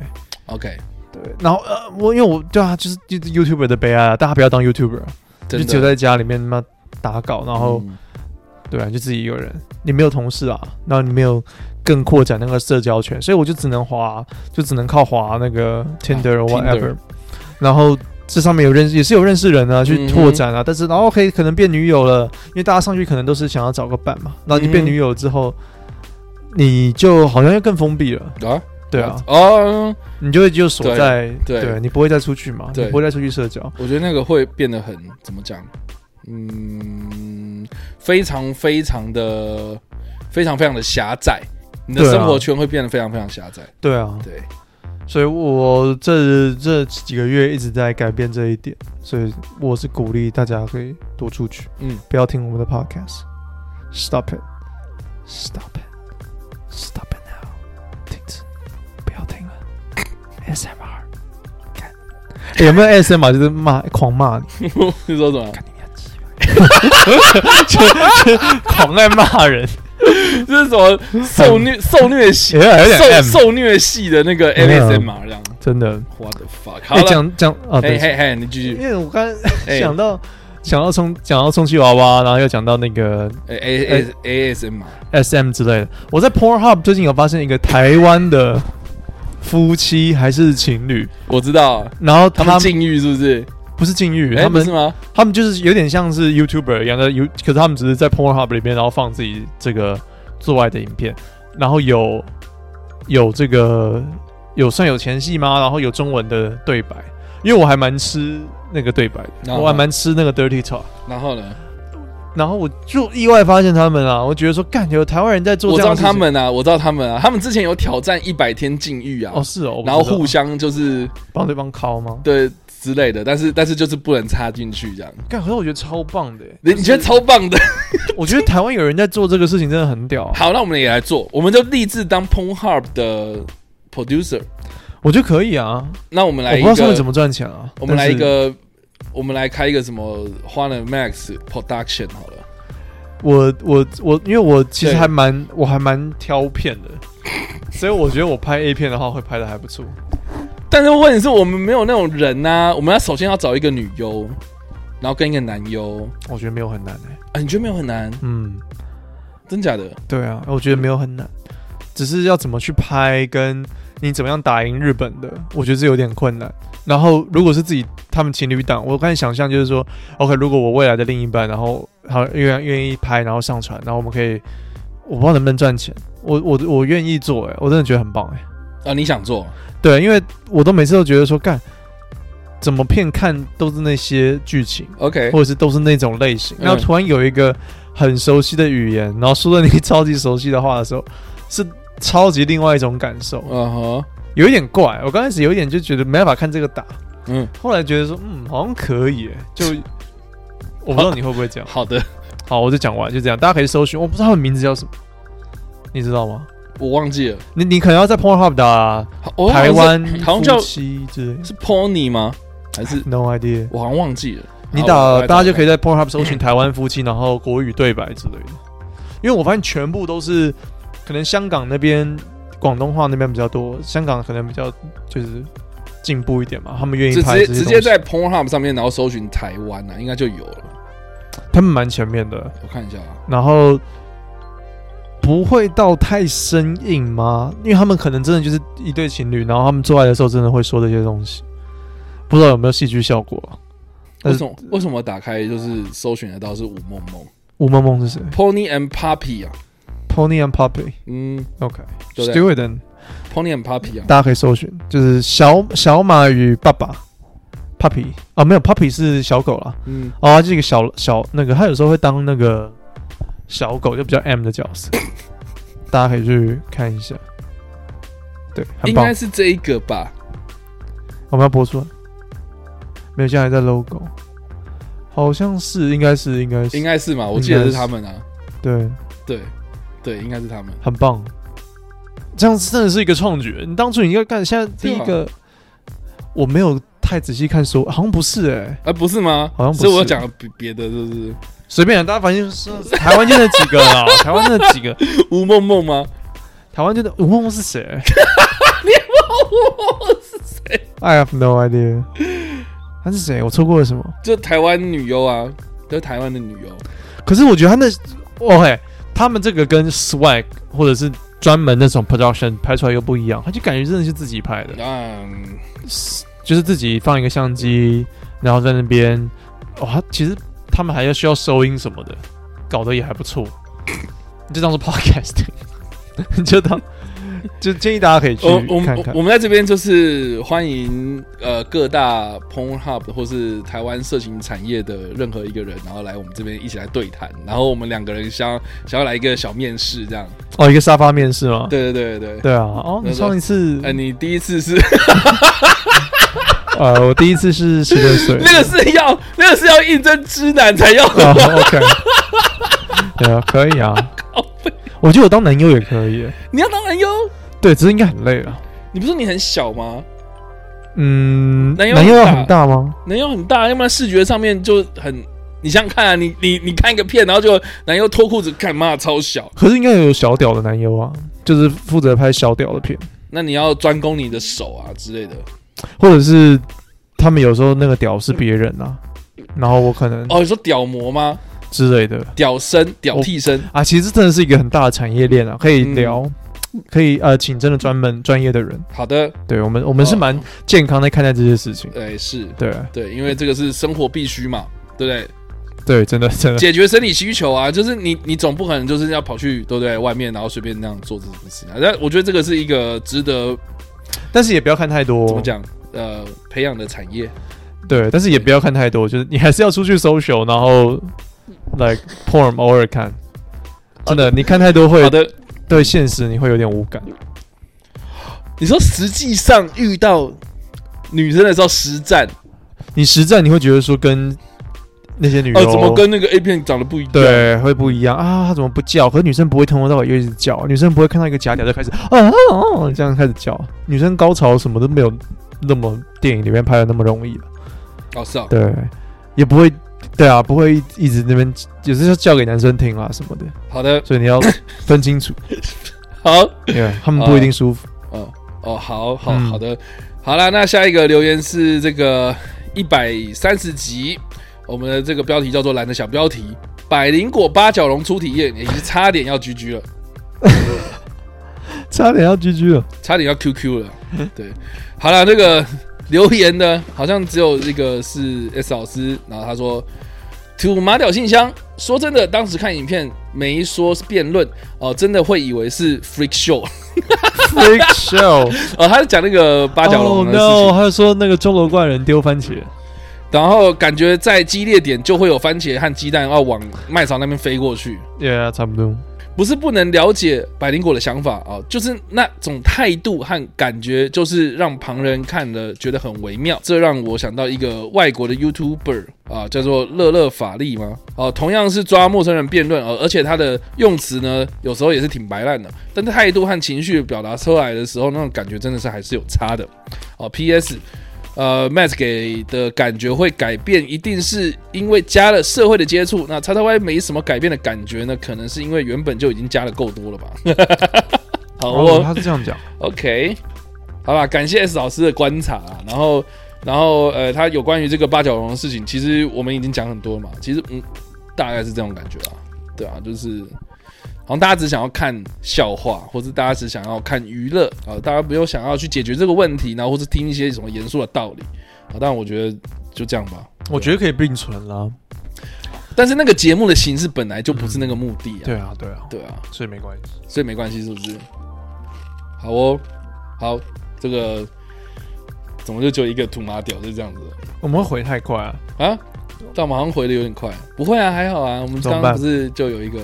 ，OK，对。然后呃，我因为我对啊，就是 YouTuber 的悲哀啊，大家不要当 YouTuber，就真只有的。在家里面他妈打稿，然后、嗯对啊，就自己一个人，你没有同事啊，然后你没有更扩展那个社交圈，所以我就只能滑，就只能靠滑那个 Tinder or whatever，、啊 Tinder 然后这上面有认识，也是有认识人啊，去嗯哼拓展啊，但是然后可以可能变女友了，因为大家上去可能都是想要找个伴嘛，然后你变嗯哼女友之后，你就好像又更封闭了，啊，对啊，哦，你就会就锁对在，对你不会再出去嘛，你对不会再出去社交，我觉得那个会变得很怎么讲？嗯，非常非常的非常非常的狭窄，你的对啊生活圈会变得非常非常狭窄。对啊，对，所以我这这几个月一直在改变这一点，所以我是鼓励大家可以多出去，嗯， 不要听我们的 podcast。Stop it, stop it, stop it now！停止，不要听了。SMR，看、欸有没有 SMR 就是骂狂骂你，你说什 么？看你娘鸡巴，就就狂爱骂人，这是什么受虐受虐系 有点受 M，受虐系的那个嗯 ASMR 啊这样真的。 ？What the fuck？好哎、了，讲讲啊，对嘿，嘿嘿，你继续因。为我刚哎才想到、想到充讲到充气娃娃，然后又讲到那个哎 A A S M SM 之类的。我在 Pornhub 最近有发现一个台湾的夫妻还是情侣，我知道然后他他们禁欲是不是？不是禁欲，哎他不们是吗？他们就是有点像是 YouTuber 一样的 You，可是他们只是在 Pornhub 里面，然后放自己这个做爱的影片，然后有有这个有算有前戏吗？然后有中文的对白，因为我还蛮吃那个对白的，哦我还蛮吃那个 dirty talk。然后呢？然后我就意外发现他们啊，我觉得说，干有台湾人在做我这知道样的事情他们啊，我知道他们啊，他们之前有挑战一百天禁欲啊哦，是哦，我不然后知道互相就是帮对方敲吗？对之类的，但是但是就是不能插进去这样。干，可是我觉得超棒的耶，你你觉得超棒的？我觉得台湾有人在做这个事情真的很屌啊，好，那我们也来做，我们就立志当 Pornhub 的 producer。我觉得可以啊，那我们我来不一知道他们个怎，么赚钱啊，我们来一但是，个，我们来开一个什么花了 Max Production 好了。我我我，因为我其实对还蛮我还蛮挑片的，所以我觉得我拍 A 片的话会拍的还不错。但是问题是我们没有那种人呐、我们要首先要找一个女优，然后跟一个男优我觉得没有很难啊，哎、你觉得没有很难？嗯，真假的？对啊，我觉得没有很难，只是要怎么去拍，跟你怎么样打赢日本的，我觉得这有点困难。然后如果是自己他们情侣档，我刚才想象就是说，OK，如果我未来的另一半，然后好愿愿意拍，然后上传，然后我们可以，我不知道能不能赚钱，我我我愿意做、欸，我真的觉得很棒、欸，啊，你想做？对，因为我都每次都觉得说干。怎么骗看都是那些剧情， OK，或者是都是那种类型，嗯然后突然有一个很熟悉的语言，然后说了你超级熟悉的话的时候，是超级另外一种感受，嗯哼，有一点怪。我刚开始有一点就觉得没办法看这个打，嗯，后来觉得说嗯好像可以耶，就我不知道你会不 会这样。好的，好，我就讲完就这样，大家可以搜寻，我不知道他们名字叫什么，你知道吗？我忘记了，你你可能要在 Pornhub 打好我好像台是湾好像叫夫妻之类的是 Pony 吗？还是，No idea。我好像忘记了？你好打大家就可以。我来找在 Pornhub 搜寻台湾夫妻，然后国语对白之类的。因为我发现全部都是可能香港那边广东话那边比较多，香港可能比较就是进步一点嘛，他们愿意就拍直接这些直东接西在 Pornhub 上面，然后搜寻台湾啊，应该就有了。他们蛮前面的，我看一下啊，然后不会到太生硬吗？因为他们可能真的就是一对情侣，然后他们做爱的时候真的会说这些东西，不知道有没有戏剧效果。啊为但什是么为什么我打开就是搜寻得到是吴梦梦吴梦梦是谁 Pony and Puppy 啊？ ？Pony and Puppy。嗯，对不对 OK，Stewart、and Pony and Puppy 啊，大家可以搜寻，就是小小马与爸爸，Puppy 啊，没有 Puppy 是小狗啦，嗯，哦，它是一个小小那个，它有时候会当那个小狗，就比较 M 的角 色，大家可以去看一下，对，很应棒该，是这一个吧？我们要播出来，没有，现在还在 logo，好像是，应该是，应该是，应该是嘛？我记得是他们啊，对，对对，应该是他们。很棒，这样真的是一个创举，你当初你应该干，现在第一对啊个我没有太仔细看说，好像不是哎、啊，不是吗？好像不是所以我讲了别别的，是不是？ 随便啊，大家反正是台湾就那几个 啦，台湾就那几个，吴梦梦吗？台湾就那吴梦梦是谁？ 你问我是谁？I have no idea。他是谁？我错过了什么？就台湾女优啊，就台湾的女优。可是我觉得他那，OK，他们这个跟 swag 或者是专门那种 production 拍出来又不一样，他就感觉真的是自己拍的，嗯，就是自己放一个相机，然后在那边，哦，他其实他们还要需要收音什么的，搞得也还不错。你就当是 podcast，你就当就建议大家可以去哦我我看们看我。们在这边就是欢迎呃各大 Pornhub 或是台湾色情产业的任何一个人，然后来我们这边一起来对谈，然后我们两个人想想要来一个小面试这 样。哦，一个沙发面试吗？对对对对对。对啊。哦，那你个上一次呃，你第一次是呃，我第一次是十六岁。 那个是要那个是要应征知男才要哦，OK。对啊，可以啊。我觉得我当男优也可以耶。你要当男优，对，只是应该很累啊了。你不是说你很小吗？嗯，男优男优很要大很大吗？男优很大，要不然视觉上面就很，你想想看啊，你你你看一个片，然后就男优脱裤子，看妈的超小，可是应该有小屌的男优啊，就是负责拍小屌的片。那你要专攻你的手啊之类的。或者是他们有时候那个屌是别人啊，然后我可能哦，你说屌模吗？之类的屌身、屌替身，啊，其实真的是一个很大的产业链啊，可以聊，嗯可以呃，请真的专门专业的人，好的，对我们我们哦是蛮健康在看待这些事情，哎是，对对，因为这个是生活必须嘛，对不对？对，真的真的解决生理需求啊，就是你你总不可能就是要跑去对不对外面，然后随便那样做这种事情啊。但我觉得这个是一个值得但是也不要看太多，怎么讲呃培养的产业。对，但是也不要看太多，就是你还是要出去 social，然后 like porn 偶尔看。真的，你看太多哦好会的，对现实你会有点无感。你说实际上遇到女生的时候实战你实战你会觉得说跟那些女哦、优怎么跟那个 A 片长得不一样？，对，会不一样啊！她怎么不叫？可是女生不会从头到尾就一直叫，女生不会看到一个假屌就开始啊啊啊这样开始叫。女生高潮什么都没有那么电影里面拍的那么容易了，哦是啊，对，也不会对啊，不会一一直那边，有时候叫给男生听啊什么的，好的，所 以你要分清楚，好，因啊为他们不一定舒服。哦哦，好好嗯好的，好啦，那下一个留言是这个一百三十集，我们的这个标题叫做“懒的小标题”，百灵果八角龙初体验，也是差点要 GG 了，差点要 GG 了，差点要 QQ 了。 对，好了，那个留言呢，好像只有这个是 S 老师，然后他说。土马屌信箱，说真的，当时看影片没说是辩论哦、真的会以为是 freak show 哦、 freak show，他是讲那个八角龙的事情。Oh no，他说那个钟楼怪人丢番茄，然后感觉在激烈点就会有番茄和鸡蛋要往麦草那边飞过去。 yeah，差不多。不是不能了解百灵果的想法啊，就是那种态度和感觉，就是让旁人看了觉得很微妙。这让我想到一个外国的 YouTuber 啊，叫做乐乐法力吗？哦、同样是抓陌生人辩论，呃，而且他的用词呢，有时候也是挺白烂的，但是态度和情绪表达出来的时候，那种感觉真的是还是有差的。哦、p s 呃，Matt 给的感觉会改变，一定是因为加了社会的接触。那叉叉 Y 没什么改变的感觉呢？可能是因为原本就已经加的够多了吧。 好哦，哦他是这样讲， ，OK，好吧，感谢 S 老师的观察、啊。然后，然后呃，他有关于这个八角笼的事情，其实我们已经讲很多了嘛。其实嗯，大概是这种感觉啊，对啊，就是。好像大家只想要看笑话，或是大家只想要看娱乐啊、大家没有想要去解决这个问题，然后或是听一些什么严肃的道理啊、但我觉得就这样吧。我觉得可以并存啦。但是那个节目的形式本来就不是那个目的啊，对啊，对啊，对啊，所以没关系。所以没关系，是不是？好哦，好，这个怎么就只有一个土马屌就这样子我们会回太快啊，啊？但我们好像回的有点快，不会啊，还好啊。我们怎么刚办刚不是就有一个，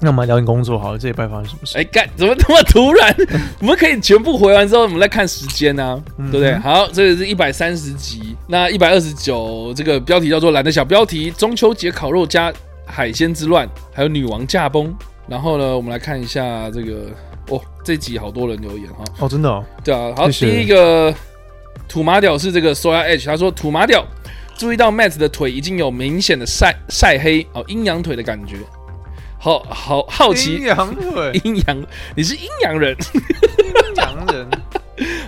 那我们来聊点工作好了，这礼拜发生什么事？哎干，怎么那么突然？ 我们可以全部回完之后，我们再看时间啊，嗯哼对不对？好，这个是一百三十集，那一百二十九这个标题叫做“懒得小标题”，中秋节烤肉加海鲜之乱，还有女王驾崩。然后呢，我们来看一下这个哦，这集好多人留言哈、哦，真的哦，对啊，好，谢谢第一个土马屌是这个 Soya H，他说土马屌注意到 Matt 的腿已经有明显的晒晒黑哦，阴阳腿的感觉，好好好阴奇 阳腿，阴阳，你是阴阳人，阴阳人，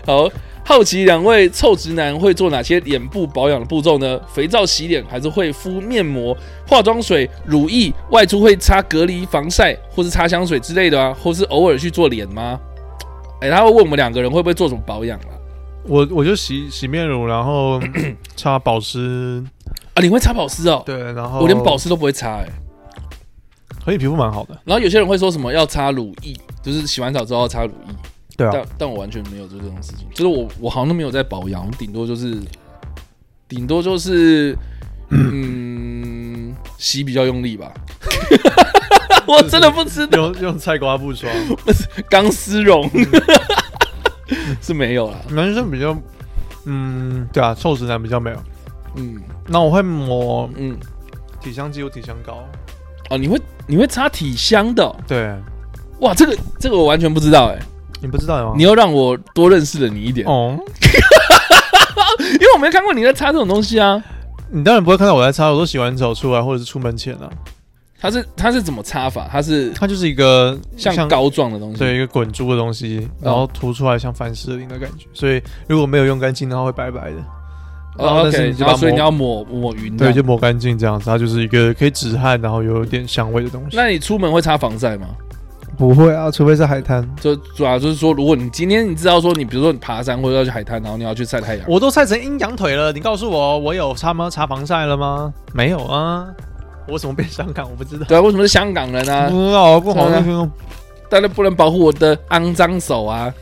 好好奇两位臭直男会做哪些脸部保养的步骤呢？肥皂洗脸还是会敷面膜、化妆水、乳液，外出会擦隔离防晒或是擦香水之类的啊，或是偶尔去做脸吗？哎、他会问我们两个人会不会做什么保养啊？我我就洗洗面乳，然 后擦保湿，啊，你会擦保湿哦？对，然后我连保湿都不会擦哎、可以皮肤蛮好的，然后有些人会说什么要擦乳液，就是洗完澡之后要擦乳液，对啊，但但我完全没有做这种事情，就是我我好像都没有在保养，我顶多就是顶多 就是嗯洗比较用力 吧。我真的不知道用用菜瓜布 刷，钢丝绒 是没有啦，男生比较，嗯，对啊，瘦直男比较没有。嗯那我会抹嗯体香剂，有体香膏。哦，你会你会擦体香的哦、对，哇，这个这个我完全不知道哎、你不知道吗？你又让我多认识了你一点，哦，因为我没看过你在擦这种东西啊。你当然不会看到我在擦，我都洗完澡出来或者是出门前啊。它是它是怎么擦法？它是它就是一个像嗯膏状的东西，对，一个滚珠的东西，然后涂出来像凡士林的感觉。所以如果没有用干净的话，会白白的。然哦后但是，OK，你就然把后所以抹你要抹抹匀这对，样。就抹干净这样子，它就是一个可以止汗，然后又有点香味的东西。那你出门会擦防晒吗？不会啊，除非是海滩。就主要就是说，如果你今天你知道说你比如说你爬山或者要去海滩，然后你要去晒太阳，我都晒成阴阳腿了，你告诉我，我有擦吗？擦防晒了吗？没有啊，我怎么变香港？我不知道。对啊，为什么是香港人啊？不知道，不好真的啊那个当然不能保护我的肮脏手啊！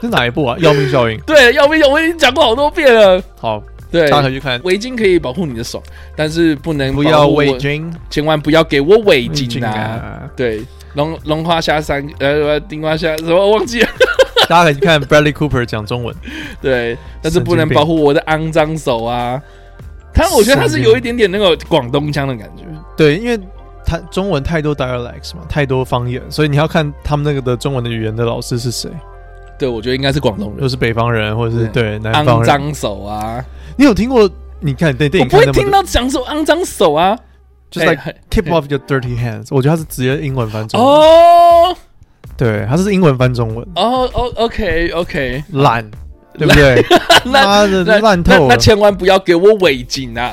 是哪一部啊？要命效应。对，要不要？我已经讲过好多遍了。好，对，大家可以去看。围巾可以保护你的手，但是不能不要保护我味，精，千万不要给我围巾啊！啊！对，龙龙花虾三呃丁花虾什么忘记了。大家可以去看 Bradley Cooper 讲中文。对，但是神不能经病保护我的肮脏手啊。他我觉得他是有一点点那个广东腔的感觉，对，因为他中文太多 dialects 嘛，太多方言，所以你要看他们那个的中文的语言的老师是谁，对我觉得应该是广东又人，是北方人，或者是对南方肮人。脏手啊，你有听过你看对电我影不会看那么听多到讲说肮脏手啊。 ，just like 哎 keep off your dirty hands，我觉得它是直接英文翻中文，哦对，它是英文翻中文，哦哦，OK OK，懒，对不 对？妈的那烂那透那了千万不要给我违禁啊！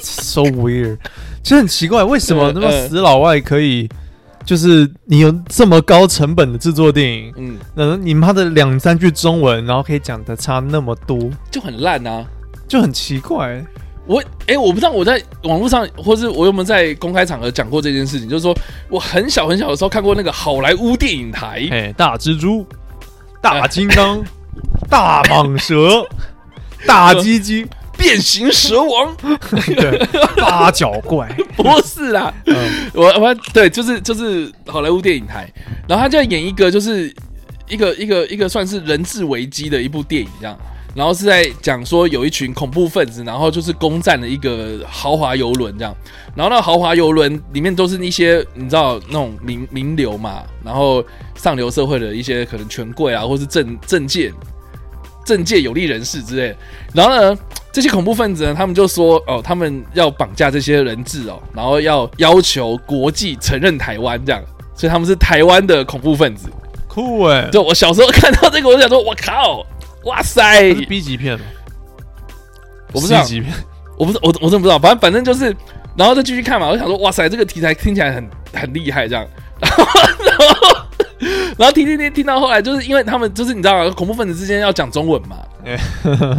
，so weird，其实很奇怪，为什嗯么那么嗯死老外可以？就是你有这么高成本的制作电影，嗯，那你妈的两三句中文，然后可以讲的差那么多，就很烂啊。就很 奇怪。我哎、我不知道我在网络上，或是我有没有在公开场合讲过这件事情，就是说我很小很小的时候看过那个好莱坞电影台，哎，大蜘蛛、大 金刚、大蟒蛇、大鸡鸡，变形蛇王对，八角怪，不是啦，嗯 我我对，就是就是好莱坞电影台，然后他就演一个就是一个一个一个算是人质危机的一部电影这样，然后是在讲说有一群恐怖分子，然后就是攻占了一个豪华游轮这样，然后那个豪华游轮里面都是一些你知道那种名名流嘛，然后上流社会的一些可能权贵啊，或是政政界政界有利人士之类的。然后呢，这些恐怖分子呢，他们就说哦，他们要绑架这些人质哦，然后要要求国际承认台湾这样，所以他们是台湾的恐怖分子。酷哎，对我小时候看到这个，我就想说，我靠，哇塞这！是 B 级片吗？我不知道 C 级片，我不是我我真的不知道，反正反正就是，然后再继续看嘛，我就想说，哇塞，这个题材听起来很很厉害这样，然后然后然后听听听听到后来，就是因为他们就是你知道吗，恐怖分子之间要讲中文嘛，哎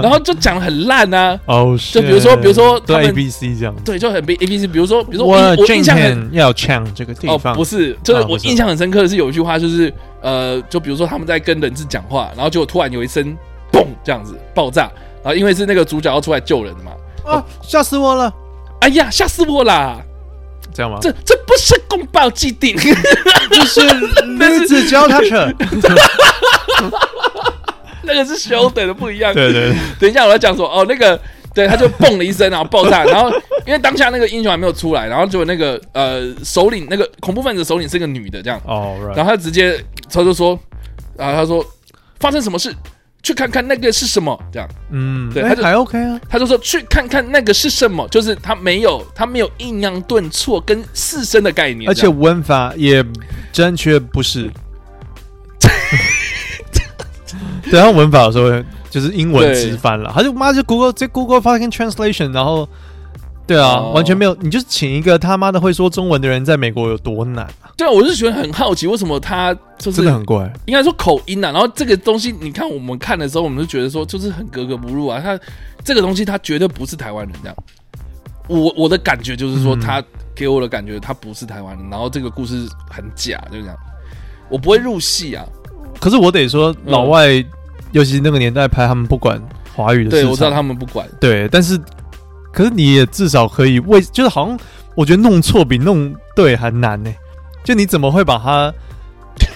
然后就讲得很烂啊，哦， 就比如说比如说他对们 A B C 这样。对，就很 B A B C，比如说比如说我我印我今印象很天要抢这个地哦，方，不是，就是啊我不是印象很深刻的是有一句话，就是呃，就比如说他们在跟人质讲话，然后结果突然有一声嘣这样子爆炸，然后因为是那个主角要出来救人的嘛，啊，吓死我了，哎呀，吓死我啦！这样吗？ 这这不是宫保鸡丁，就是女子教他 扯， 那个是修等的不一样。对对对，等一下我要讲说哦，那个对，他就嘣了一声，然后爆炸，然后因为当下那个英雄还没有出来，然后结果那个呃首领那个恐怖分子首领是个女的这样，哦然 right，后他直接他就说，然后他说发生什么事，去看看那个是什么这样。嗯，对哎他就还 OK 啊，他就说去看看那个是什么，就是他没有他没有抑扬顿挫跟四声的概念，而且这样文法也正确 不是。对，他文法的时候就是英文直翻了，他就妈就 Google 这 Google fucking translation，然后对啊，哦完全没有，你就是请一个他妈的会说中文的人在美国有多难，对啊，我是觉得很好奇，为什么他就是真的很怪。应该说口音啊，然后这个东西你看我们看的时候，我们就觉得说就是很格格不入啊，他这个东西他绝对不是台湾人这样，我我的感觉就是说嗯他给我的感觉他不是台湾人，然后这个故事很假，就这样，我不会入戏啊，可是我得说，嗯老外、尤其是那个年代拍，他们不管华语的市对场，我知道他们不管，对，但是可是你也至少可以为，就是好像我觉得弄错比弄对还难呢、就你怎么会把它？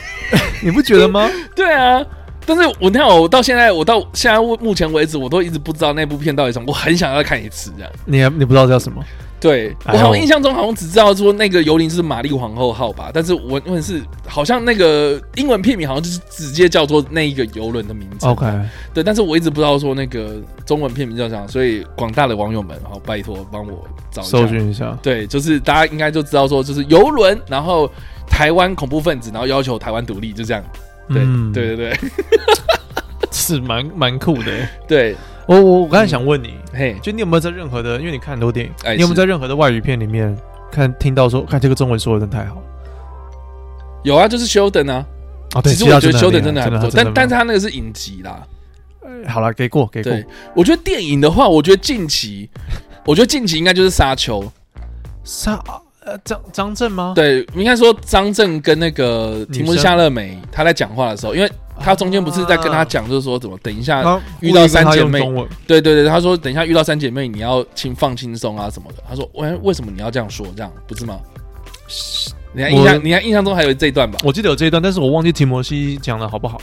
你不觉得吗？ 对啊，但是我你看我到现在，我到现在目前为止，我都一直不知道那部片到底什么，我很想要看一次这样。你还你不知道 叫什么？对我哎呦好像印象中好像只知道说那个幽灵是玛丽皇后号吧，但是我问是好像那个英文片名好像就是直接叫做那一个游轮的名字。 OK，对，但是我一直不知道说那个中文片名叫啥，所以广大的网友们，好拜托帮我找一下搜寻一下。对，就是大家应该就知道说，就是游轮，然后台湾恐怖分子，然后要求台湾独立，就这样。对，嗯对，对，对，是蛮蛮酷的欸、对，我我我刚才想问你，嘿，就你有没有在任何的，因为你看很多电影，哎你有没有是在任何的外语片里面看听到说，看这个中文说的真的太好有啊，就是修等啊。啊？对，其实我觉得修修等真真的的还很不厉害错，但但是真的他那个是影集啦。很厉害好了，给过给过。对，我觉得电影的话，我觉得近期，我觉得近期应该就是《沙丘》。沙呃张张震吗？对，应该说张震跟那个提姆斯夏勒梅他在讲话的时候，因为啊他中间不是在跟他讲，就是说怎么等一下，他啊遇到三故意跟他姐用妹中文对对对，他说等一下遇到三姐妹你要轻放轻松啊什么的。他说喂，为什么你要这样说？这样不是吗？你还印我象，你还印象中还有这一段吧？我记得有这一段，但是我忘记提摩西讲的好不好。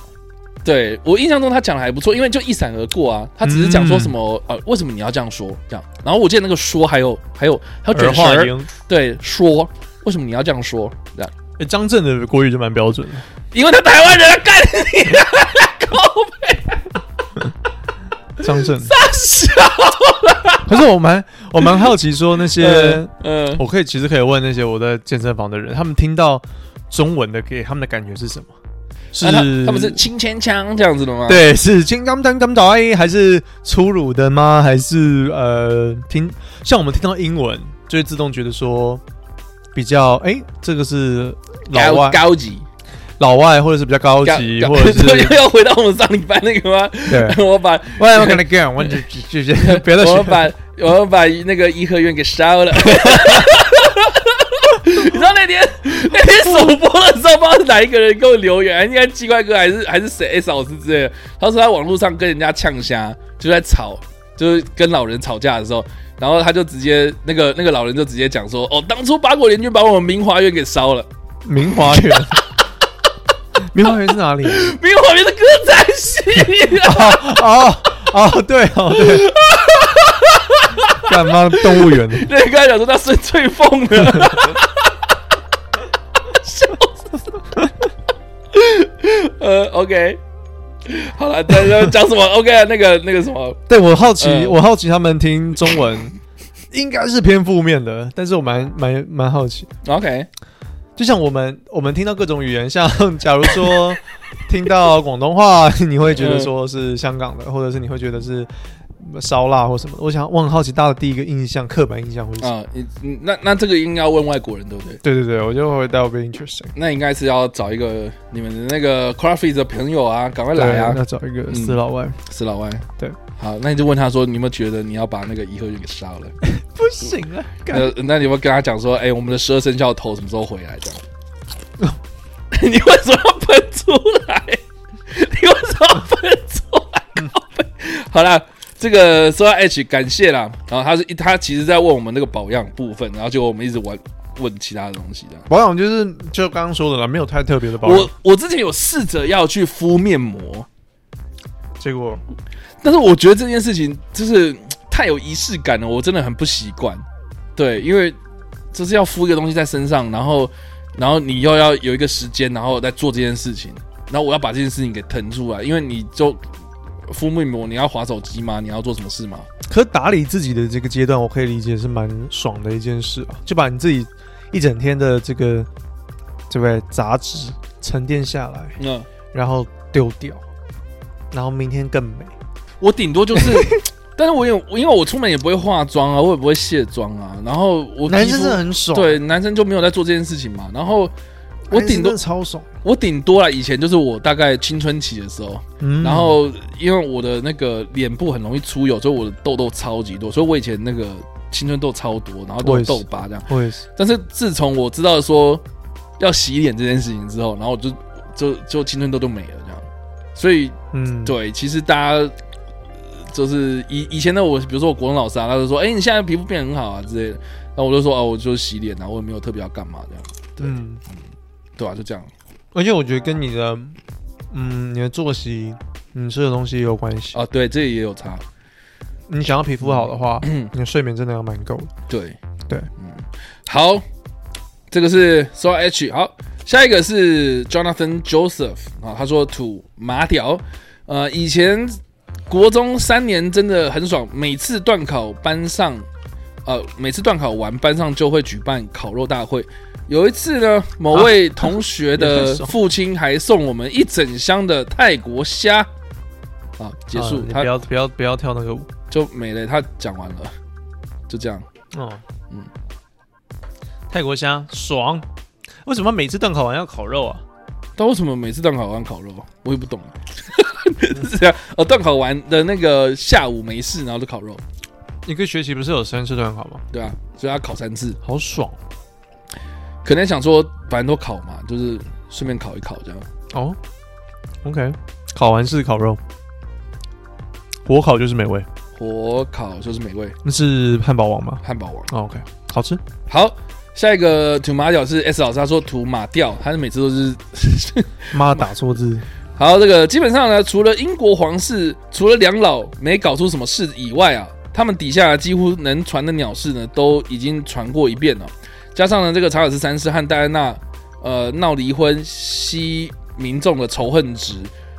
对我印象中他讲的还不错，因为就一闪而过啊，他只是讲说什么、嗯呃，为什么你要这样说这样？然后我记得那个说还有还有还有卷舌儿，音，对，说为什么你要这样说这样？诶张震的国语就蛮标准的。 因为他台湾人，干你靠背！张 震。可是我蛮我蛮好奇，说那些嗯嗯，我可以其实可以问那些我在健身房的人，他们听到中文的给他们的感觉是什么？是那哎啊他他们是轻牵枪这样子的吗？，对，是金刚当当导还是粗鲁的吗？还是呃，听像我们听到英文就会自动觉得说比较哎、这个是老高外高级，老外，或者是比较啊高高级，高或 者是又要回到我们上礼拜那个吗？对。 我把 What am I gonna get？我只只只别的我学们把我们把那个颐和园给烧 了。你知道那天那天首播的时候，不知道是哪一个人给我留言，应该奇怪哥还是还是谁 S 老师之类的。他说他网络上跟人家呛虾，就在吵，就是跟老人吵架的时候，然后他就直接那个那个老人就直接讲说：“哦，当初八国联军把我们明华园给烧了，明华园。 明华园是哪里？明华园的歌仔戏、啊。哦哦，对哦对。干嘛动物园？”那个刚才讲说他孙翠凤 呢。呃，OK，好了，那那讲什么？OK，啊那个那个什么，对我好奇，呃我好奇他们听中文应该是偏负面的，但是我蛮蛮蛮好奇。 OK，就像我们我们听到各种语言，像假如 说听到广东话，你会觉得说是香港的，或者是你会觉得是烧腊或什么的。我想我很好奇大家的第一个印象、刻板印象会是什么？啊、你你那那这个应该要问外国人对不对？对对对，我就会 that would be interesting。那应该是要找一个你们的那个 Crawfish 的朋友啊，赶快来啊嗯对，要找一个死老外。死老外。对，好，那你就问他说，你有没有觉得你要把那个颐和园给杀了？不行啊，干 那那你有没有跟他讲说，哎、我们的十二生肖头什么时候回来？这样， 你为什么要喷出来？ 你为什么要喷出来？好啦，这个说到 H，感谢啦。然后他是一，他其实在问我们那个保养部分，然后结果我们一直玩问其他的东西的。保养就是就刚刚说的啦，没有太特别的保养我。我之前有试着要去敷面膜，结果但是我觉得这件事情就是嗯太有仪式感了，我真的很不习惯。对，因为就是要敷一个东西在身上，然后然后你又要有一个时间，然后再做这件事情，然后我要把这件事情给腾出来，因为你就敷面膜，你要划手机吗？你要做什么事吗？可打理自己的这个阶段，我可以理解是蛮爽的一件事啊，就把你自己一整天的这个这位杂质沉淀下来，嗯，然后丢掉，然后明天更美。我顶多就是。但是我有，因为我出门也不会化妆啊，我也不会卸妆啊，然后我男皮生肤真的很爽，，对男生就没有在做这件事情嘛，然后我顶多超爽。我顶多啦，以前就是我大概青春期的时候，嗯然后因为我的那个脸部很容易出油，所以我的痘痘超级多，所以我以前那个青春痘超多，然后都我有也是痘疤这样。我也是，但是自从我知道说要洗脸这件事情之后，然后我就就就青春痘就没了这样。所以嗯，，对，其实大家呃就是以以前的我，比如说我国文老师啊，他就说：“哎、你现在皮肤变很好啊之类的。”然后我就说：“哦，我就洗脸啊，我也没有特别要干嘛这样，嗯，对吧、啊就这样。而且我觉得跟你的，嗯，你的作息。你吃的东西也有关系。啊，对，这也有差。你想要皮肤好的话，嗯你的睡眠真的要蛮够的。对对，嗯，好，这个是 So H，好，下一个是 Jonathan Joseph 啊，他说土麻屌，呃，以前国中三年真的很爽，每次段考班上，呃，每次段考完班上就会举办烤肉大会。有一次呢，某位同学啊 也的很爽父亲还送我们一整箱的泰国虾，啊，结啊束，你他不要不要不要跳那个舞。就没了，他讲完了，就这样。哦，嗯嗯，泰国虾爽。为什么每次段考完要烤肉啊？但为什么每次段考完烤肉，我也不懂啊？ 是这样，呃，段考完的那个下午没事，然后就烤肉，一个学期不是有三次段考吗？对啊，所以他烤三次，好爽可能想说反正都烤嘛，就是顺便烤一烤这样。哦。OK，考完是烤肉，火烤就是美味。火烤就是美味那是汉堡王吗、汉堡王。哦、？OK，好吃。好，下一个土马屌是 S 老师，他说土马调，他是每次都是妈打错字，好，这个基本上呢，除了英国皇室，除了两老没搞出什么事以外啊，他们底下几乎能传的鸟事呢，都已经传过一遍了。加上呢，这个查尔斯三世和戴安娜，呃，闹离婚，吸民众的仇恨值，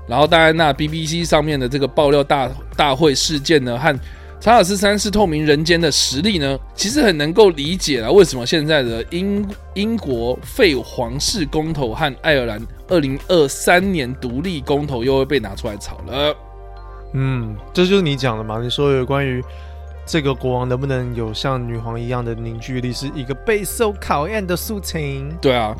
然后戴安娜 BBC 上面的这个爆料大大会事件呢，和查尔斯三世透明人间的实力呢，其实很能够理解了为什么现在的英英国废皇室公投和爱尔兰二零二三年独立公投又会被拿出来炒了。嗯，这就是你讲的嘛？你说有关于这个国王能不能有像女皇一样的凝聚力，是一个备受考验的事情。对啊，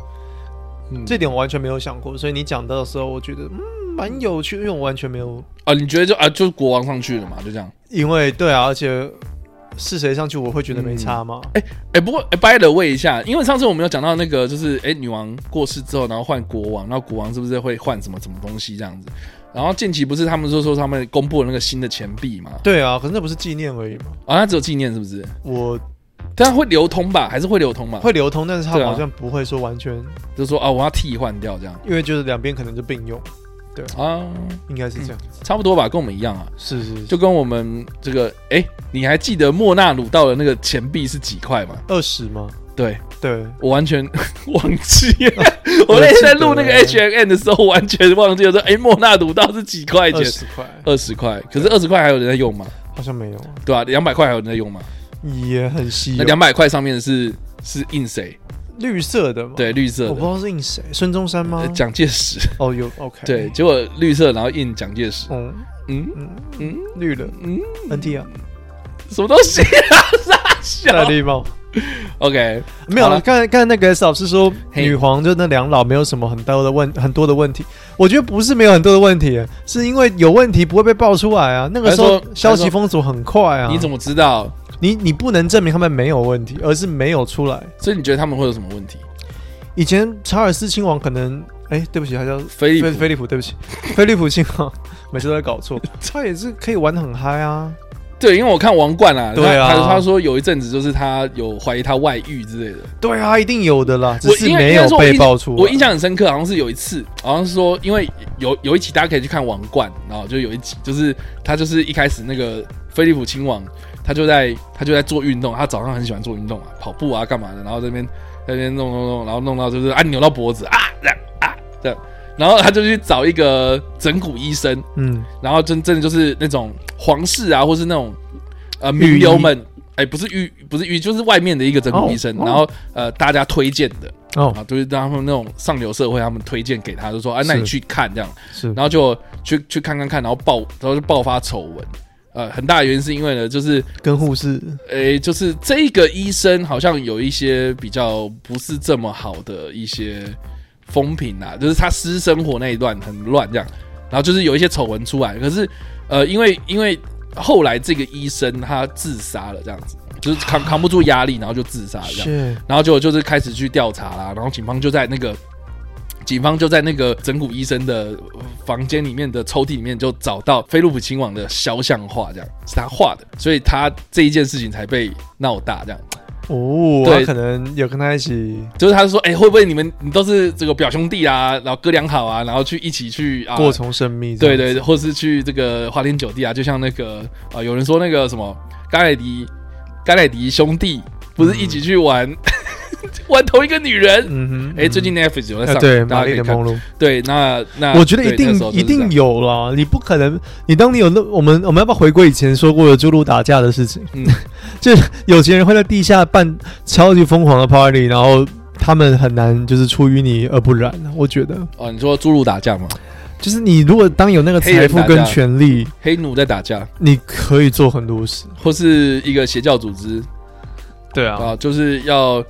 嗯这点我完全没有想过，所以你讲到的时候，我觉得嗯蛮有趣，因为我完全没有，啊，你觉得就啊，就是国王上去了嘛，就这样。因为对啊，而且是谁上去，我会觉得没差嘛。哎、不过哎、by the way 一下，因为上次我们有讲到那个，就是哎、女王过世之后，然后换国王，然后国王是不是会换什么什么东西这样子？然后近期不是他们就说他们公布了那个新的钱币嘛？对啊，可是那不是纪念而已嘛，啊，那只有纪念是不是？我但会流通吧，还是会流通嘛？会流通，但是它对啊好像不会说完全，就说啊，我要替换掉这样因为就是两边可能就并用，啊，应该是这样子。差不多吧，跟我们一样啊，是是就嗯就跟我们这个哎、你还记得莫纳鲁道的那个钱币是几块吗？二十吗？对，对，我完全 忘记了。 我我那天在录那记得个 H M N 的时候，完全忘记了说，哎、莫纳鲁道是几块二钱？十块二十块，可是二十块还有人在用吗？好像没有，对吧、啊？两百块还有人在用吗？也很稀那有。两百块上面的是是印谁？绿色的嘛，对，绿色我不知的，道是印谁，孙中山吗呃？蒋介石。哦，有 OK，对，，结果绿色，然后印蒋介石。嗯嗯，嗯嗯嗯，绿的，嗯嗯，NT 啊，什么东西啊？ 傻戴笑。绿帽。 OK，没有好了，了刚才刚才那个 S 老师说嘿女皇就那两老没有什么很多的问很多的问题，我觉得不是没有很多的问题，是因为有问题不会被爆出来啊。那个还时候说消息封锁很快啊，你怎么知道？你你不能证明他们没有问题，而是没有出来。所以你觉得他们会有什么问题？以前查尔斯亲王可能，哎，对不起，他叫菲利菲普菲利普，对不起，菲利普亲王， 每次都在搞 错，他也是可以玩得很嗨啊。对，因为我看王冠啊，对啊他他他说有一阵子就是他有怀疑他外遇之类的。对啊，一定有的啦，只我是应该没应该有说我被印爆出来。我印象很深刻，好像是有一次，好像是说，因为有有一集大家可以去看《王冠》，然后就有一集，就是他就是一开始那个菲利普亲王，他就在他就在做运动，他早上很喜欢做运动啊，跑步啊干嘛的，然后这边在那边弄弄弄，然后弄到就是啊扭到脖子啊这样啊这样，然后他就去找一个整骨医生，嗯，然后真真的就是那种皇室啊，或是那种呃名流们，哎、不是御不是御，就是外面的一个整骨医生，嗯哦哦然后呃大家推荐的。哦，啊，就是让他们那种上流社会，他们推荐给他，就说啊，那你是去看这样，是然后就去去看看看，然后爆，然后就爆发丑闻。呃，很大的原因是因为呢，就是跟护士诶、就是这个医生好像有一些比较不是这么好的一些风评啊，就是他私生活那一段很乱这样，然后就是有一些丑闻出来，可是呃，因为因为后来这个医生他自杀了这样子，就是扛扛不住压力，然后就自杀了这样。是然后就就是开始去调查啦，然后警方就在那个警方就在那个整蛊医生的呃房间里面的抽屉里面就找到菲利普亲王的肖像画，这样是他画的，所以他这一件事情才被闹大，这样哦，对他可能有跟他一起就是他说，哎、会不会你们你都是这个表兄弟啊，然后哥俩好啊，然后去一起去啊过从甚密对这样子，对，或是去这个花天酒地啊，就像那个啊、呃有人说那个什么甘乃迪甘乃迪兄弟不是一起去玩、 玩同一个女人，嗯哼，哎、最近 Netflix 有在啊上，对大玛家可丽以莲看梦。露，对，那那我觉得一对定那时候就是一这样定有啦，你不可能，你当你有那我们我们要不要回归以前说过的诸路打架的事情？嗯 就是有钱人会在地下办超级疯狂的 party，然后他们很难就是出淤泥而不染。我觉得，哦。你说侏儒打架吗？就是你如果当有那个黑人财富打架跟权力，黑奴在打架，你可以做很多事。或是一个邪教组织对啊，就是要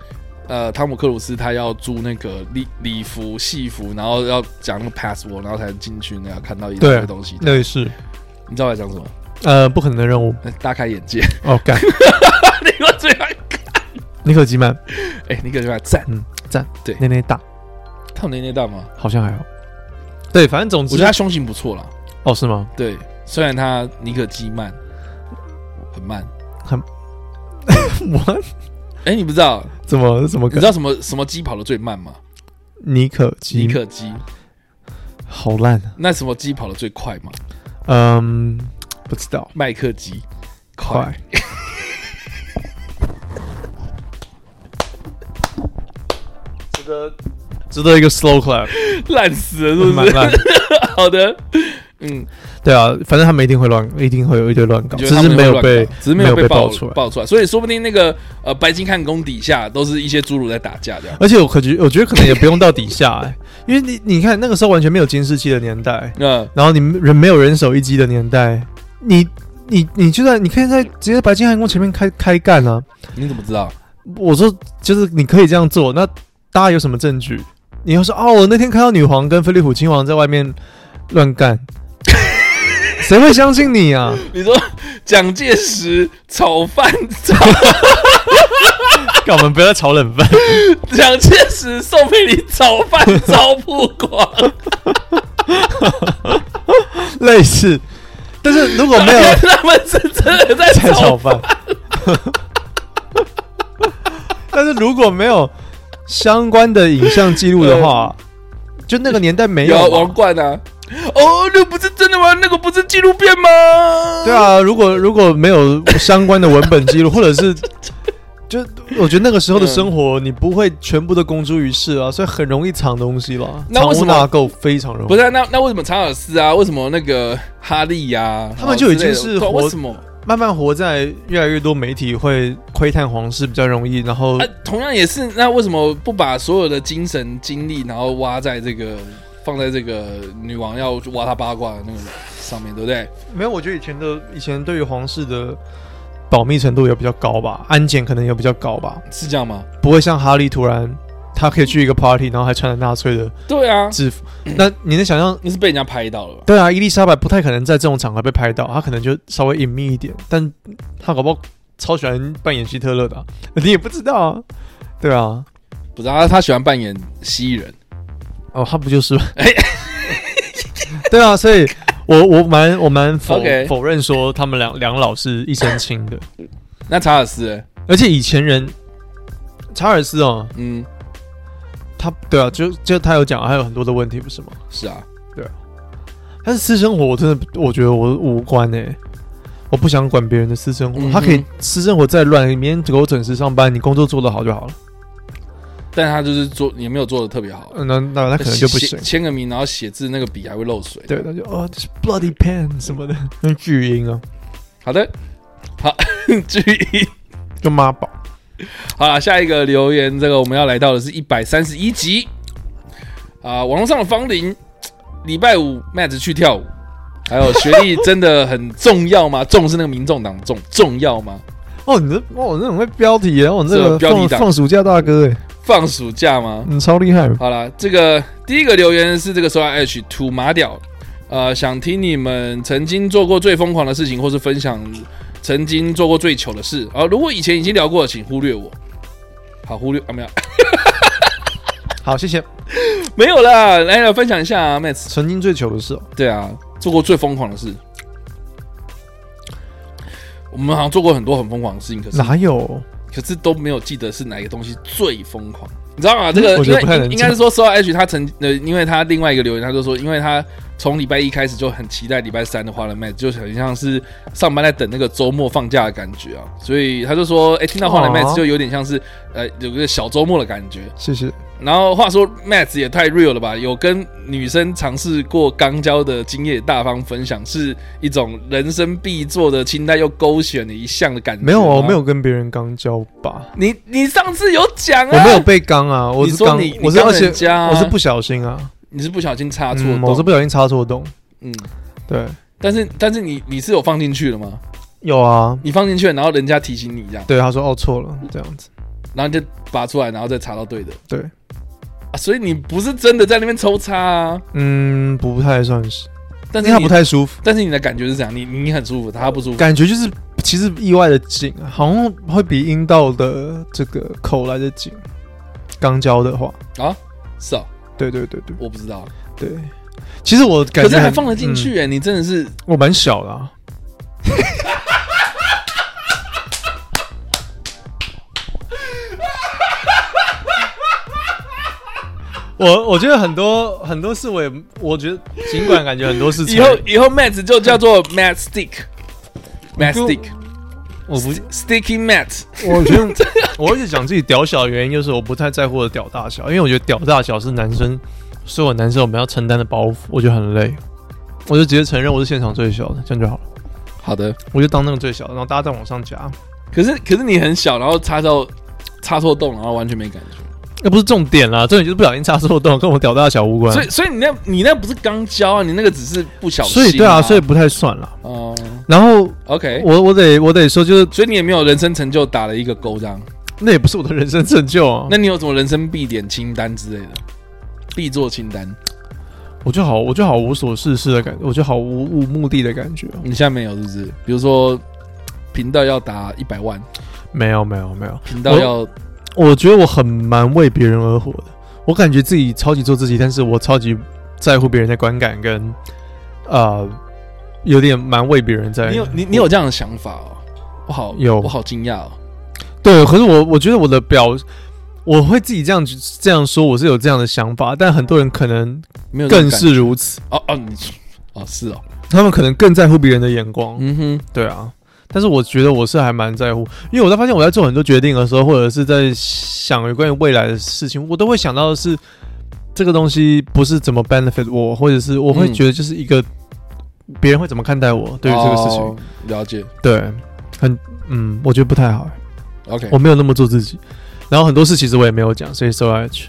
呃，汤姆克鲁斯他要租那个礼礼服、戏服，然后要讲那个 password，然后才能进去，那要看到一对堆东西。那也是你知道我在讲什么？ 呃不可能的任务。大开眼界， 哦，干， 你给我最爱，尼可基曼哎，你给我赞，那那大他有年龄大吗？好像还好。对，反正总我觉之得他胸型不错啦。哦是吗？ 对，虽然他尼可基曼很慢，我哎，你不知道，怎么怎么你知道什么什么鸡跑得最慢吗？尼可基尼可基。好烂啊！那什么鸡跑得最快吗？嗯，不知道，麦克鸡，快 快！这个值得一个 slow clap，烂死了是不蛮是？烂。 好的，嗯，对啊，反正他们一定会乱，一定会有一堆乱搞，你觉只得他是们没有乱被搞，只是没有有被爆爆出来爆出来，所以说不定那个呃白金汉宫底下都是一些侏儒在打架这样。而且我可觉，我觉得可能也不用到底下、欸，因为你你看那个时候完全没有监视器的年代，那然后你们人没有人手一机的年代，你你你就在你可以在直接白金汉宫前面开开干啊！你怎么知道？我说就是你可以这样做，那大家有什么证据？你要说哦，我那天看到女皇跟菲利普亲王在外面乱 干，谁会相信你啊？你说蒋介石炒饭炒 干我们不要再炒冷饭，蒋介石宋美龄炒饭炒不光， 类似。但是如 果没 有 他们是真的 在在炒炒饭。 但是如果没有相关的影像记录的话，就那个年代没有啊有王嘛。冠啊。哦，那不是真的吗？那个不是纪录片吗？对，啊，如果如果没有相关的文本记录，或者 是就我觉得那个嗯时候的生活，你不会全部都公诸于世啊，所以很容易藏东西了。那藏为什污么纳垢非常容易。不是、啊、那那为什么查尔斯啊？为什么那个哈利呀、他们就已经哦之类的是对啊活为什么慢慢活在越来越多媒体会窥探皇室比较容易，然后啊？同样也是，那为什么不把所有的精神精力，然后挖在这个放在这个女王要挖她八卦的那个上面，对不对？没有，我觉得以前的以前对于皇室的保密程度也比较高吧，安检可能也比较高吧，是这样吗？不会像哈利突然他可以去一个 party，然后还穿着纳粹的对啊，制服，那你能想象？那是被人家拍到了吧？对啊，伊丽莎白不太可能在这种场合被拍到，她可能就稍微隐秘一点，但她搞不好超喜欢扮演希特勒的啊、你也不知道啊，对啊，不知道、他他喜欢扮演蜥蜴人，哦，他不就是吗？ 对啊，所以我我蛮我蛮否 OK 否认说他们两两老是一身轻的，那查尔斯、欸，而且以前人查尔斯哦，嗯，他对啊，就就他有讲，还有很多的问题不是吗？是啊，但是私生活我真的我觉得我无关哎、我不想管别人的私生活。嗯哼他可以私生活再乱，你明天给我准时上班，你工作做得好就好了。但他就是做也没有做的特别好，嗯，那那那可能就不写行。签个名，然后写字那个笔还会漏水。对，他就哦，这是 bloody pen 什么的，那巨婴啊，好的，好， 至于就妈宝。好啦，下一个留言，这个我们要来到的是一百三十一集啊、网络上的芳龄，礼拜五 Matt 去跳舞，还有学历真的很重要吗？ 重是那个民众党的重重要吗？哦，你这哦，你这很会标题耶，哦，你这是个标题放党放暑假大哥哎，放暑假吗？你超厉害。好啦，这个第一个留言是这个收到 H 土麻屌，呃，想听你们曾经做过最疯狂的事情，或是分享曾经做过最糗的事。啊、如果以前已经聊过，请忽略我。好，忽略啊，没有， 好，谢谢。没有啦，来来分享一下啊，Max。曾经最糗的事哦，对啊，做过最疯狂的事。我们好像做过很多很疯狂的事情，可是哪有？可是都没有记得是哪一个东西最疯狂，你知道吗？这个嗯因我觉得为不太能应应讲该是说收到 H 他曾呃，因为他另外一个留言，他就说，因为他从礼拜一开始就很期待礼拜三的花了 match，就很像是上班在等那个周末放假的感觉啊，所以他就说，哎、听到花了哦 match 就有点像是呃有个小周末的感觉，谢谢。然后话说，Matt 也太 real 了吧？有跟女生尝试过肛交的经验，大方分享是一种人生必做的清单，又勾选了一项的感觉。没有啊，我没有。跟别人刚交吧。你你上次有讲啊？我没有，被刚 啊，我你是说刚你，你我是刚而人且家啊我是不小心啊，你是不小心插错洞、嗯，我是不小心插错洞，嗯，对，但是但是你你是有放进去了吗？有啊，你放进去了，然后人家提醒你这样，对，他说哦错了这样子，然后你就拔出来，然后再插到对的。对，啊，所以你不是真的在那边抽插啊？嗯，不太算是，但因是为他你不太舒服，但是你的感觉是怎样？你你很舒服，他不舒服。感觉就是其实意外的紧啊，好像会比阴道的这个口来的紧，刚交的话，是哦，对对对对我不知道。对，其实我感可觉是还很放得进，去嗯哎、你真的是我蛮小的啊， 我我觉得很多很多事，我也我觉得尽管感觉很多事情，以后以后 Matt 就叫做 Matt Stick，Matt Stick，我不， Sticky Mat，我觉得 我一直讲自己屌小的原因就是我不太在乎我的屌大小，因为我觉得屌大小是男生所有男生我们要承担的包袱，我觉得很累，我就直接承认我是现场最小的，这样就好了，好的。我就当那个最小的，然后大家再往上夹，可是可是你很小，然后插到插错洞，然后完全没感觉。那不是重点啦，重点就是不小心插错洞，跟我屌大小无关所，以所以你那你那不是刚交啊，你那个只是不小心、所以对啊，所以以不太算啦。哦、然后 o k 我我得我得说，就是所以你也没有人生成就打了一个勾章，那也不是我的人生成就啊。那你有什么人生必点清单之类的？必做清单？我就好，我就好无所事事的感觉，我就好无无目的的感觉。你现在没有是不是？比如说频道要达一百万，没有没有没有，频道要我觉得我很蛮为别人而活的，我感觉自己超级做自己，但是我超级在乎别人的观感跟，呃，有点蛮为别人在。你有你你有这样的想法哦？我好哎有我好惊讶哦。对，可是我我觉得我的表，我会自己这样这样说，我是有这样的想法，但很多人可能没有这种更感是如此，哦哦你哦是哦，他们可能更在乎别人的眼光。嗯哼，对啊，但是我觉得我是还蛮在乎，因为我在发现我在做很多决定的时候，或者是在想有关于未来的事情，我都会想到的是这个东西不是怎么 benefit 我，或者是我会嗯觉得就是一个别人会怎么看待我对于这个事情，哦了解。对，很嗯，我觉得不太好， OK，我没有那么做自己，然后很多事其实我也没有讲，所以 so much。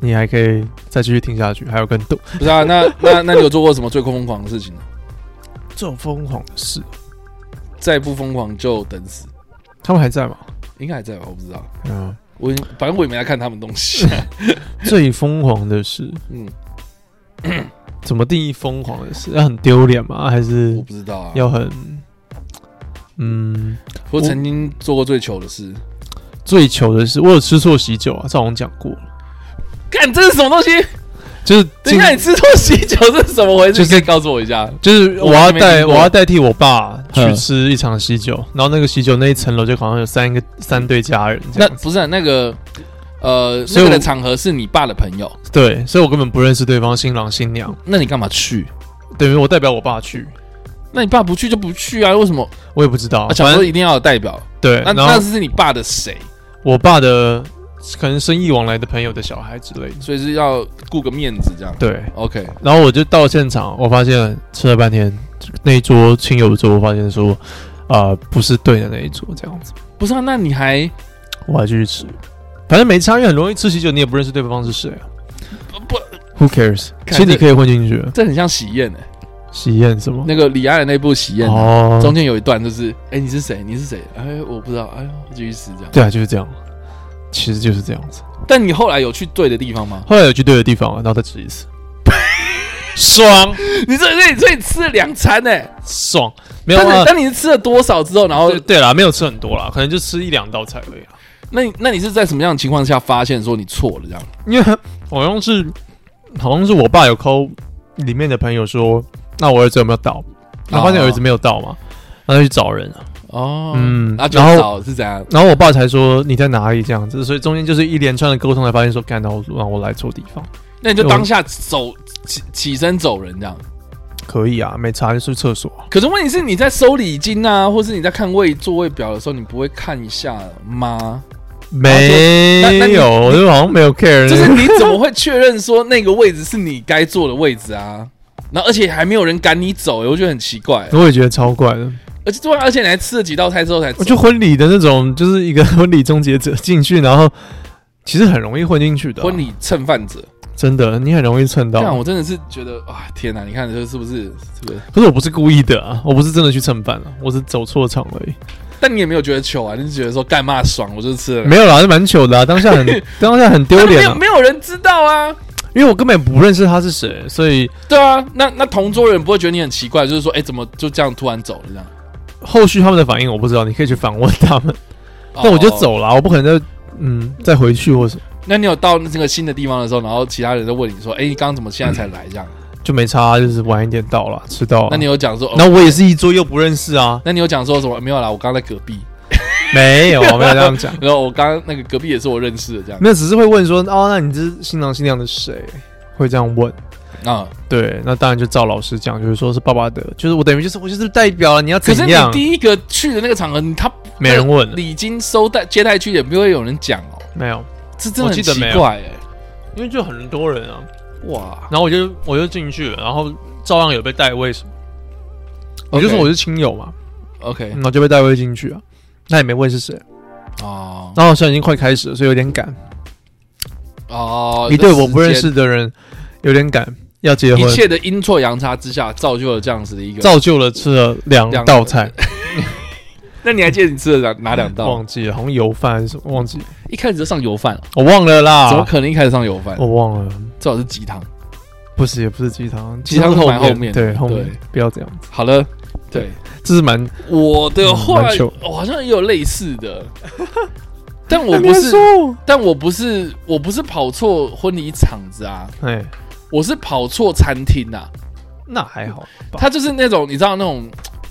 你还可以再继续听下去，还有更多不是啊，那那那你有做过什么最疯狂的事情呢？这种疯狂的事，再不疯狂就等死，他们还在吗？应该还在吧？我不知道，嗯，我已经反正我也没来看他们东 西。最疯狂的事，嗯，怎么定义疯狂的事？要很丢脸吗？还我是不知道啊。要很嗯我曾经做过最糗的 事，最糗的是，我有吃错喜酒啊，这好像讲过，干这是什么东西？就是等一今下你吃错喜酒，这是怎么回事？就是你可以告诉我一下。就是我我要还没代听过我要代替我爸去嗯吃一场喜酒，然后那个喜酒那一层楼就好像有三个三对家人这那样子，不是啊、那个呃，所那以个我的场合是你爸的朋友，对，所以我根本不认识对方新郎新娘，那你干嘛去？等于我代表我爸去，那你爸不去就不去啊？为什么？我也不知道，啊，小反时候正一定要有代表。对，那然那后是你爸的谁？我爸的可能生意往来的朋友的小孩之类的，所以是要顾个面子这样。对， OK，然后我就到现场，我发现吃了半天，那一桌亲友桌，我发现说，啊，不是对的那一桌这样子，不是啊，那你还我还继续吃，反正没差，因为很容易吃喜酒，你也不认识对方是谁啊不不， ，Who cares？其看实你可以混进去，这很像喜宴哎、喜宴什么？那个李安的那部喜宴、啊，哦中，间有一段就是，哎、你是谁？你是谁？哎，我不知道，哎呦，继续死这 样。对啊，就是这样，其实就是这样子。但你后来有去对的地方吗？后来有去对的地方了，然后再吃一次，爽 你这这这你吃了两餐呢、爽，没有但啊是。但你是吃了多少之后，然后对对啦，没有吃很多啦，可能就吃一两道菜而已啊。那你那你是在什么样的情况下发现说你错了这样？因为好像是好像是我爸有 call 里面的朋友说，那我儿子有没有到？他发现儿子没有到嘛，那就去找人啊。哦，嗯那就然后找是怎样？然后我爸才说你在哪里这样子，所以中间就是一连串的沟通，才发现说，干到我让我来错地方，那你就当下走起起身走人这样。可以啊，没查就是厕所啊、可是问题是你在收礼金啊，或是你在看位座位表的时候，你不会看一下吗？那那没你有，我就好像没有 care，就是你怎么会确认说那个位置是你该坐的位置啊？然后而且还没有人赶你走、欸我觉得很奇怪。我也觉得超怪的，而且对啊，而且你还吃了几道菜之后才走我就婚礼的那种，就是 一个婚礼终结者进去，然后其实很容易混进去的啊、婚礼蹭饭者，真的你很容易蹭这到，样我真的是觉得啊，天哪！你看这是不是是不是？可是我不是故意的啊，我不是真的去蹭饭啊，我是走错场而已。但你也没有觉得糗啊，你只是觉得说干嘛爽，我就吃了。没有啦，是蛮糗的啊，当下很 当下很丢但没脸有啊，没有人知道啊。因为我根本不认识他是谁，所以对啊，那那同桌人不会觉得你很奇怪，就是说，哎、怎么就这样突然走了这样？后续他们的反应我不知道，你可以去反问他们。但我就哦。走了啊，我不可能再嗯再回去或什么，那你有到那个新的地方的时候，然后其他人在问你说，哎、你刚刚怎么现在才来这样？就没差啊，就是晚一点到了，迟到啊。那你有讲说，哦然后我也是一桌又不认识啊，那你有讲说什么？没有啦，我刚刚在隔壁，，没有啊，没有这样讲然后我刚刚那个隔壁也是我认识的这样。没有，只是会问说哦，那你是新郎新娘的谁？会这样问，啊。对，那当然就照老师讲，就是说是爸爸的，就是我等于就是我就是代表了，你要可怎是你样？第一个去的那个场合，你他没人问礼金收待接待区也不会有人讲哦，没有，这真的我很记得奇没有怪欸哎、因为就很多人啊。哇，然后我就我就进去了，然后照样有被带位什么，我 OK 就说嗯我是亲友嘛， OK 然后就被带位进去啊。那也没问是谁，哦然后好像已经快开始了，所以有点赶。哦，你对我不这时认间识的人有点赶，要结婚一，切的阴错阳差之下，造就了这样子的一个。造就了吃了两两道菜，那你还记得你吃了哪哪两道？忘记了，好像油饭还是什么，忘记了一开始就上油饭，我哦忘了啦，怎么可能一开始上油饭？啊我忘了，最好是鸡汤。不是也不是鸡汤，鸡汤是后蛮后面的对后面对不要这样子，好了，对对，这是蛮我的话嗯蛮糗，我好像也有类似的，但我不是，但我不是，我不是跑错婚礼场子啊，哎，我是跑错餐厅啊。那还好吧，它就是那种你知道那种。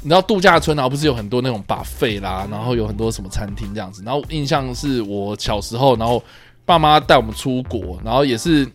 你知道度假村啊，不是有很多那种把费啦，然后有很多什么餐厅这样子。然后印象是我小时候，然后爸妈带我们出国，然后也是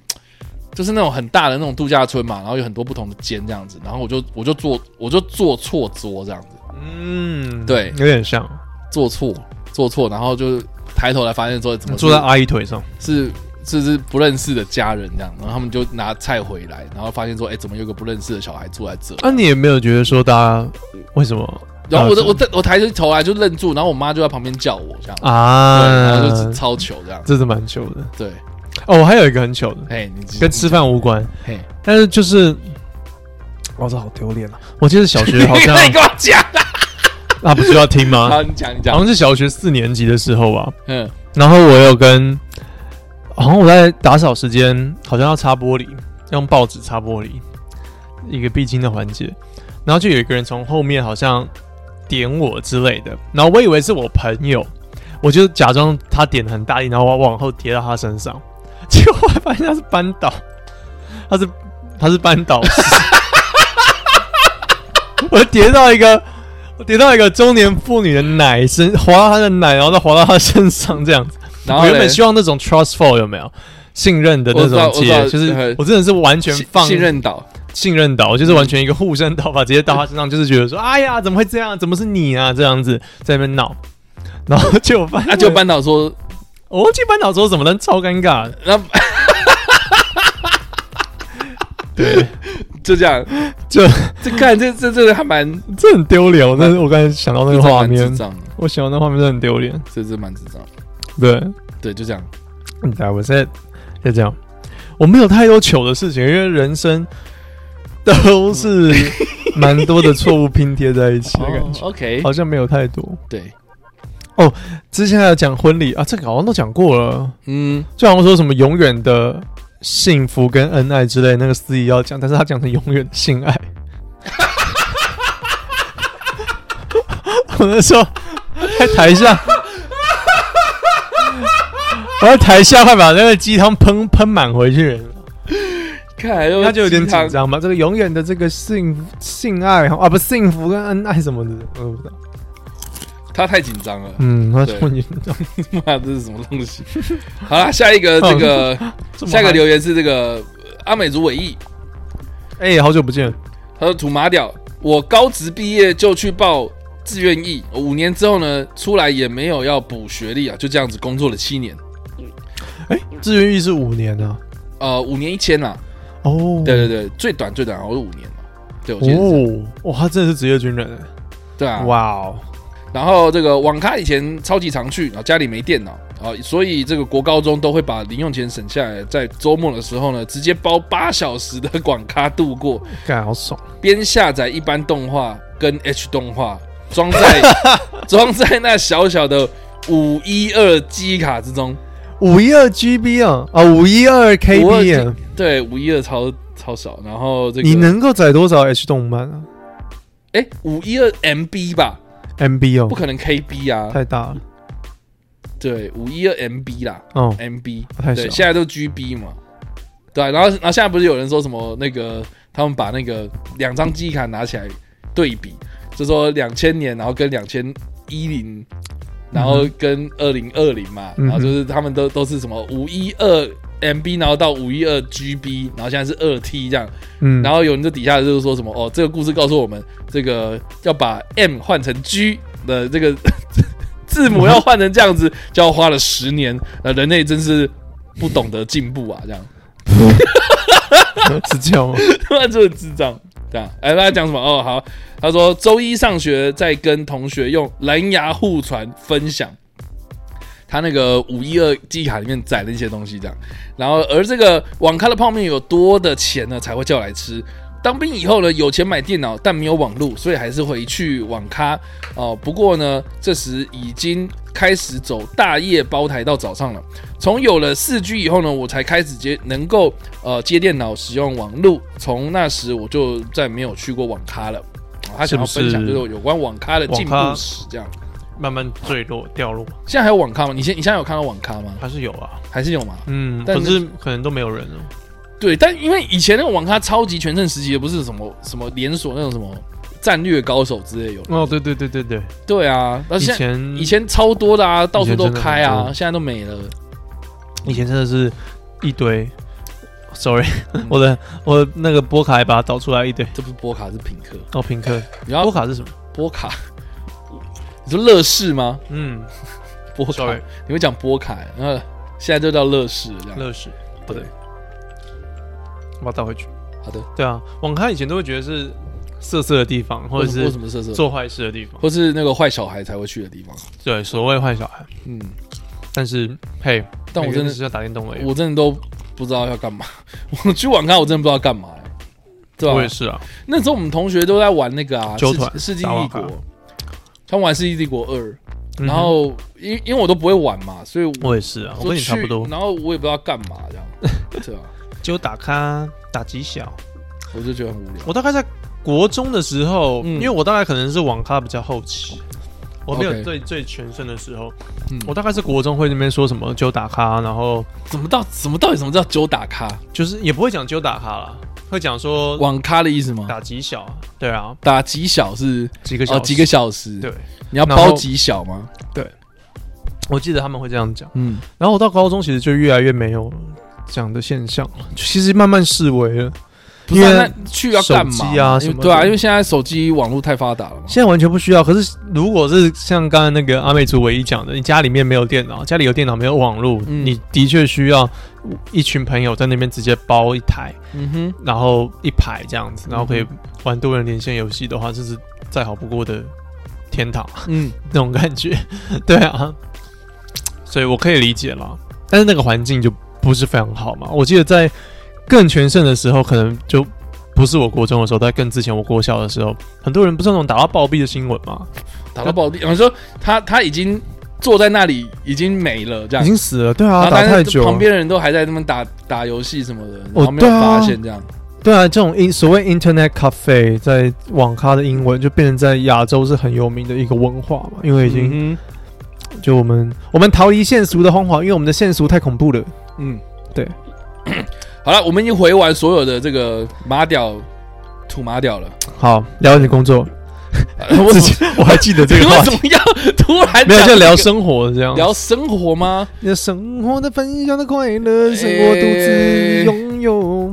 就是那种很大的那种度假村嘛，然后有很多不同的间这样子。然后我就我就坐我就坐错桌这样子，嗯，对有点像坐错坐错，然后就抬头来发现说怎么坐在阿姨腿上，是是是不认识的家人这样，然后他们就拿菜回来，然后发现说哎、怎么有个不认识的小孩坐在这？啊，你也没有觉得说大家为什么然后我的啊我的我抬起头来就愣住，然后我妈就在旁边叫我这样，对，然后就是啊？超糗这样，这是蛮糗的对，哦，我还有一个很糗的，哎，你继续跟吃饭无关，嘿，但是就是，哇，这好丢脸啊！我记得小学好 像你跟我讲，啊，不是要听吗？好，你讲你好讲，像是小学四年级的时候吧，嗯然后我有跟，好像我在打扫时间，好像要擦玻璃，用报纸擦玻璃，一个必经的环节。然后就有一个人从后面好像点我之类的，然后我以为是我朋友，我就假装他点得很大力，然后我往后贴到他身上，结果我发现他是扳倒，他是他是扳倒师，我跌到一个。我跌到一个中年妇女的奶身，滑到她的奶，然后再滑到她身上，这样子。然我后原本嘞希望那种 trust fall 有没有信任的那我知道种我知道结，就是呃我真的是完全信放信任嗯岛，信任到，就是完全一个护身刀法，直接到他身上，就 是觉得说，哎呀，怎么会这样？怎么是你啊？这样子在那边闹，然后就班，那啊就，班导说， 我忘记班导说什么，但超尴尬的，那 对，就这样，就这看这这这个还蛮这很丢脸。我 真的，我刚才想到那个这画蛮智面，障的，我想到那画面真的很丢脸。这这蛮智障的，对，对，就这样，你知道我现在就这样，我没有太多糗的事情，因为人生 都是嗯蛮多的错误拼贴在一起的感觉，哦 OK，好像没有太多。对，之前还有讲婚礼啊，这个好像都讲过了，嗯，就好像说什么永远的幸福跟恩爱之类，那个司仪要讲，但是他讲成永远的性爱。我那时候在台下，我在台下快把那个鸡汤喷喷满回去，看来又他就有点鸡汤紧张嘛。这个永远的这个幸福性爱啊，不幸福跟恩爱什么的，我都不知道。他太紧张了， 嗯，他对突然间妈，这是什么东西？好啦，下一 个这个下一个留言是这个呃阿美族尾翼，哎、好久不见，他说土麻屌，我高职毕业就去报志愿役，五年之后呢，出来也没有要补学历啊，就这样子工作了七年，哎、志愿役是五年啊。呃，五年一千啦，哦，对对对，最短最短好像是五年嘛，对，我记得是这样，哦，哇，他真的是职业军人对哎！啊，哇哦，然后这个网咖以前超级常去，然后家里没电脑啊，所以这个国高中都会把零用钱省下来，在周末的时候呢，直接包八小时的网咖度过，干好爽！边下载一般动画跟 H 动画，装 在装在那小小的五一二机卡之中。五一二 GB 啊，啊，五一二 KB 512啊，对，五一二超超少。然后这个你能够载多少 H 动漫啊哎五一二 MB 吧， ？MB 不哦，可能 KB 啊。太大了，对，五一二 MB 啦哦， ，MB 太小对，现在都 GB 嘛。对啊、然后然后现在不是有人说什么那个他们把那个两张记忆卡拿起来对比，就说两千年，然后跟两千一零，然后跟二零二零嘛，嗯哼然后就是他们都都是什么五一二 MB，然后到五一二 GB，然后现在是二 T 这样，嗯，然后有人在底下就是说什么哦，这个故事告诉我们，这个要把 M 换成 G 的这个 字母要换成这样子，就要花了十年。那人类真是不懂得进步啊，这样 是这样吗？哦他妈就是智障。这样，哎，他讲什么？哦，好，他说周一上学在跟同学用蓝牙互传分享。他那个五一二记忆卡里面载了一些东西，这样。然后，而这个网咖的泡面有多的钱呢，才会叫来吃。当兵以后呢，有钱买电脑，但没有网路，所以还是回去网咖哦、不过呢，这时已经开始走大夜包台到早上了。从有了四 G 以后呢，我才开始接能够呃接电脑使用网路。从那时我就再没有去过网咖了。哦他想要是分不是享就是有关网咖的进步网咖史，这样。慢慢坠落掉落现在还有网咖吗？你现你现在有看到网咖吗？还是有啊，还是有吗？嗯，但可是可能都没有人了。对，但因为以前那个网咖超级全盛时期，也不是什么什么连锁那种什么战略高手之类有。哦，对对对对对，对啊，而以现在前以前超多的啊，到处都开以前真的很啊，多现在都没了。以前真的是一堆，sorry，我嗯的我的那个波卡还把它导出来一堆。这不是波卡，是品客。哦，平克，然波后卡是什么？波卡，你说乐视吗？嗯，波卡 Sorry 你会讲波卡，欸然后现在就叫乐视这样。乐视，不嗯对，我把它倒回去。好的，对啊，网咖以前都会觉得是色色的地方，或者为是什么色色，做坏事的地方，或是那个坏小孩才会去的地方。对，所谓坏小孩。嗯，但是，嘿，但我每个真人的只是要打电动而已。我真的都不知道要干嘛。 我去网咖，我真的不知道干嘛、欸。对吧、我也是啊，那时候我们同学都在玩那个啊，纠团世世纪打帝网咖国，他们玩世纪帝国二，然嗯后因因为我都不会玩嘛，所以哼我也是啊，我跟你差不就多去，然后我也不知道干嘛这样， 对啊，就打咖打几小。我就觉得很无聊。我大概在国中的时候，嗯因为我大概可能是网咖比较后期，我没有 OK 最最全盛的时候。嗯我大概是国中会那边说什么揪打咖，然后怎么到怎么到底什么叫九打咖？就是也不会讲揪打咖啦，会讲说网咖的意思吗？打几小啊，对啊，打几小是几个小哦时几个小时，对，你要然后包几小吗？我记得他们会这样讲。嗯，然后我到高中其实就越来越没有这样的现象了，就其实慢慢式微了。不是啊因为那去要干嘛手机啊因为什么的对啊，因为现在手机网络太发达了嘛。现在完全不需要。可是如果是像刚才那个阿美族唯一讲的，你家里面没有电脑，家里有电脑没有网络，嗯你的确需要一群朋友在那边直接包一台，嗯哼，然后一排这样子，然后可以嗯玩多人连线游戏的话，这是再好不过的天堂嗯，那种感觉。 对啊，所以我可以理解啦，但是那个环境就不是非常好嘛。我记得在更全盛的时候，可能就。不是我国中的时候，在更之前我国小的时候，很多人不是那种打到暴毙的新闻吗？打到爆地，然后说他他已经坐在那里已经没了这样已。经死了，对啊，然后打但太是久了，旁边的人都还在那边打打游戏什么的，然哦后没有对啊发现这样。对啊，这种英所谓 Internet Cafe 在网咖的英文就变成在亚洲是很有名的一个文化嘛，因为已经、嗯就我们我们逃离现俗的荒华，因为我们的现俗太恐怖了。哼嗯，对。 好了，我们已经回完所有的这个马屌土马屌 了。好，聊你的工作，我 自己我还记得你这个话为题什，么要突 然没有讲就这聊个生活这样，聊生活吗？你的生活的分享的快乐是我独自拥有。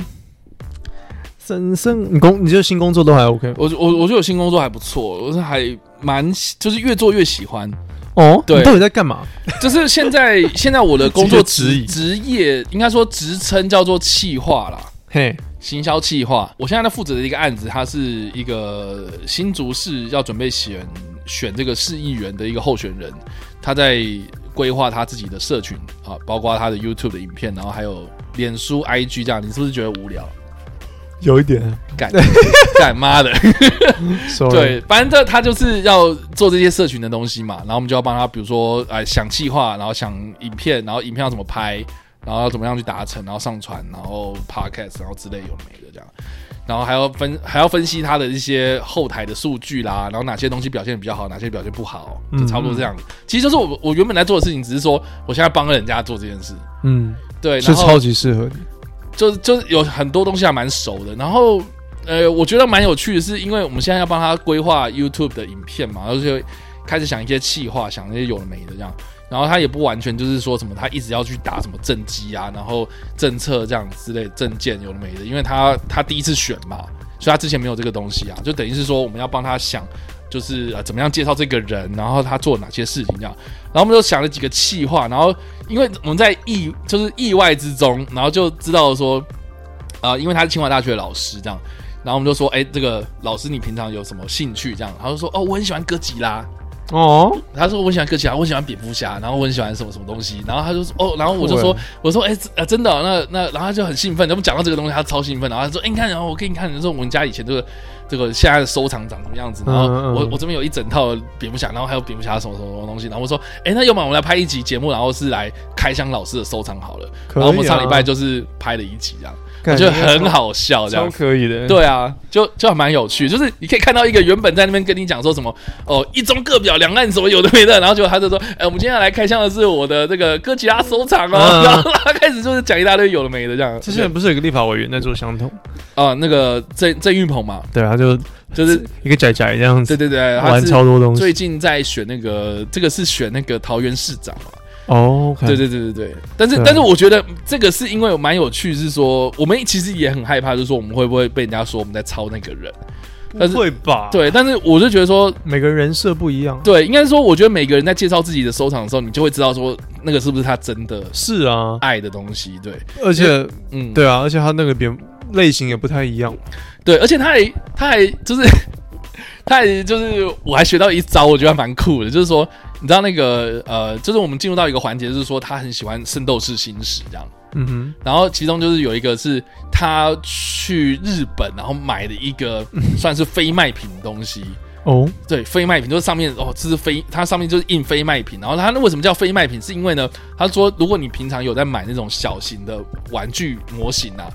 神圣，你工你这新工作都还 OK 我我我觉得我新工作还不错，我是还蛮喜就是越做越喜欢。 哦？对你到底在干嘛？就是现在现在我的工作 职这职业应该说职称叫做企划啦。嘿，行销企划，我现在在负责的一个案子，它是一个新竹市要准备选选这个市议员的一个候选人，他在规划他自己的社群啊，包括他的 YouTube 的影片，然后还有脸书、IG 这样。你是不是觉得无聊？有一点干干妈的， ，sorry，对，反正这他就是要做这些社群的东西嘛，然后我们就要帮他，比如说哎想企划，然后想影片，然后影片要怎么拍，然后要怎么样去达成，然后上传，然后 podcast，然后之类有没的这样，然后还要分还要分析他的一些后台的数据啦，然后哪些东西表现得比较好，哪些表现不好，就差不多这样。其实就是我我原本在做的事情，只是说我现在帮人家做这件事，嗯，对，是然后超级适合你。就是就是有很多东西还蛮熟的。然后呃，我觉得蛮有趣的是，因为我们现在要帮他规划 YouTube 的影片嘛，然后就开始想一些企划，想那些有的没的这样。然后他也不完全就是说什么他一直要去打什么政绩啊，然后政策这样之类政见有的没的，因为他他第一次选嘛，所以他之前没有这个东西啊，就等于是说我们要帮他想。就是呃，怎么样介绍这个人，然后他做哪些事情这样，然后我们就想了几个气话，然后因为我们在意就是意外之中，然后就知道说，啊，因为他是清华大学的老师这样，然后我们就说，哎、这个老师你平常有什么兴趣这样，他就说，哦，我很喜欢哥吉拉，哦，他说我很喜欢哥吉拉，我很喜欢蝙蝠侠，然后我很喜欢什么什么东西，然后他就说哦，然后我就说酷欸我说哎、呃真的哦、那那然后他就很兴奋，我们讲到这个东西，他超兴奋，然后他说哎、你看，然后我给你看，你说我们家以前这个这个现在的收藏长什么样子，然后嗯嗯嗯我我这边有一整套蝙蝠侠，然后还有蝙蝠侠什么什么什么东西，然后我说哎、那要不然我们来拍一集节目，然后是来开箱老师的收藏好了，可以啊然后我们上礼拜就是拍了一集这样，我感觉觉得很好笑这样超。可以的，，对啊，就就还蛮有趣，就是你可以看到一个原本在那边跟你讲说什么哦，一中各表，两岸什么有的没的，然后结果他就说，哎、我们今天来开箱的是我的这个哥吉拉收藏哦，嗯然后他开始就是讲一大堆有的没的这样。之前不是有一个立法委员在做相同，啊、那个郑郑玉鹏嘛，对，他就就是一个仔仔这样对子对对，他玩是超多东最西，近在选那个，这个是选那个桃园市长嘛。哦，看对对对对对，但是对啊但是我觉得这个是因为蛮有趣，是说我们其实也很害怕，就是说我们会不会被人家说我们在抄那个人？但是不会吧？，对，但是我就觉得说每个人设不一样，对，应该是说，我觉得每个人在介绍自己的收藏的时候，你就会知道说那个是不是他真的是啊，爱的东西。对，而且嗯，对啊，而且他那个边类型也不太一样，对，而且他还他还就是 他还就是我还学到一招，我觉得还蛮酷的，就是说你知道那个呃，就是我们进入到一个环节，就是说他很喜欢《圣斗士星矢》这样。嗯哼，然后其中就是有一个是他去日本，然后买的一个算是非卖品的东西，哦，对，非卖品就是上面哦，这是非，它上面就是印非卖品。然后它那为什么叫非卖品？是因为呢，他说如果你平常有在买那种小型的玩具模型啊，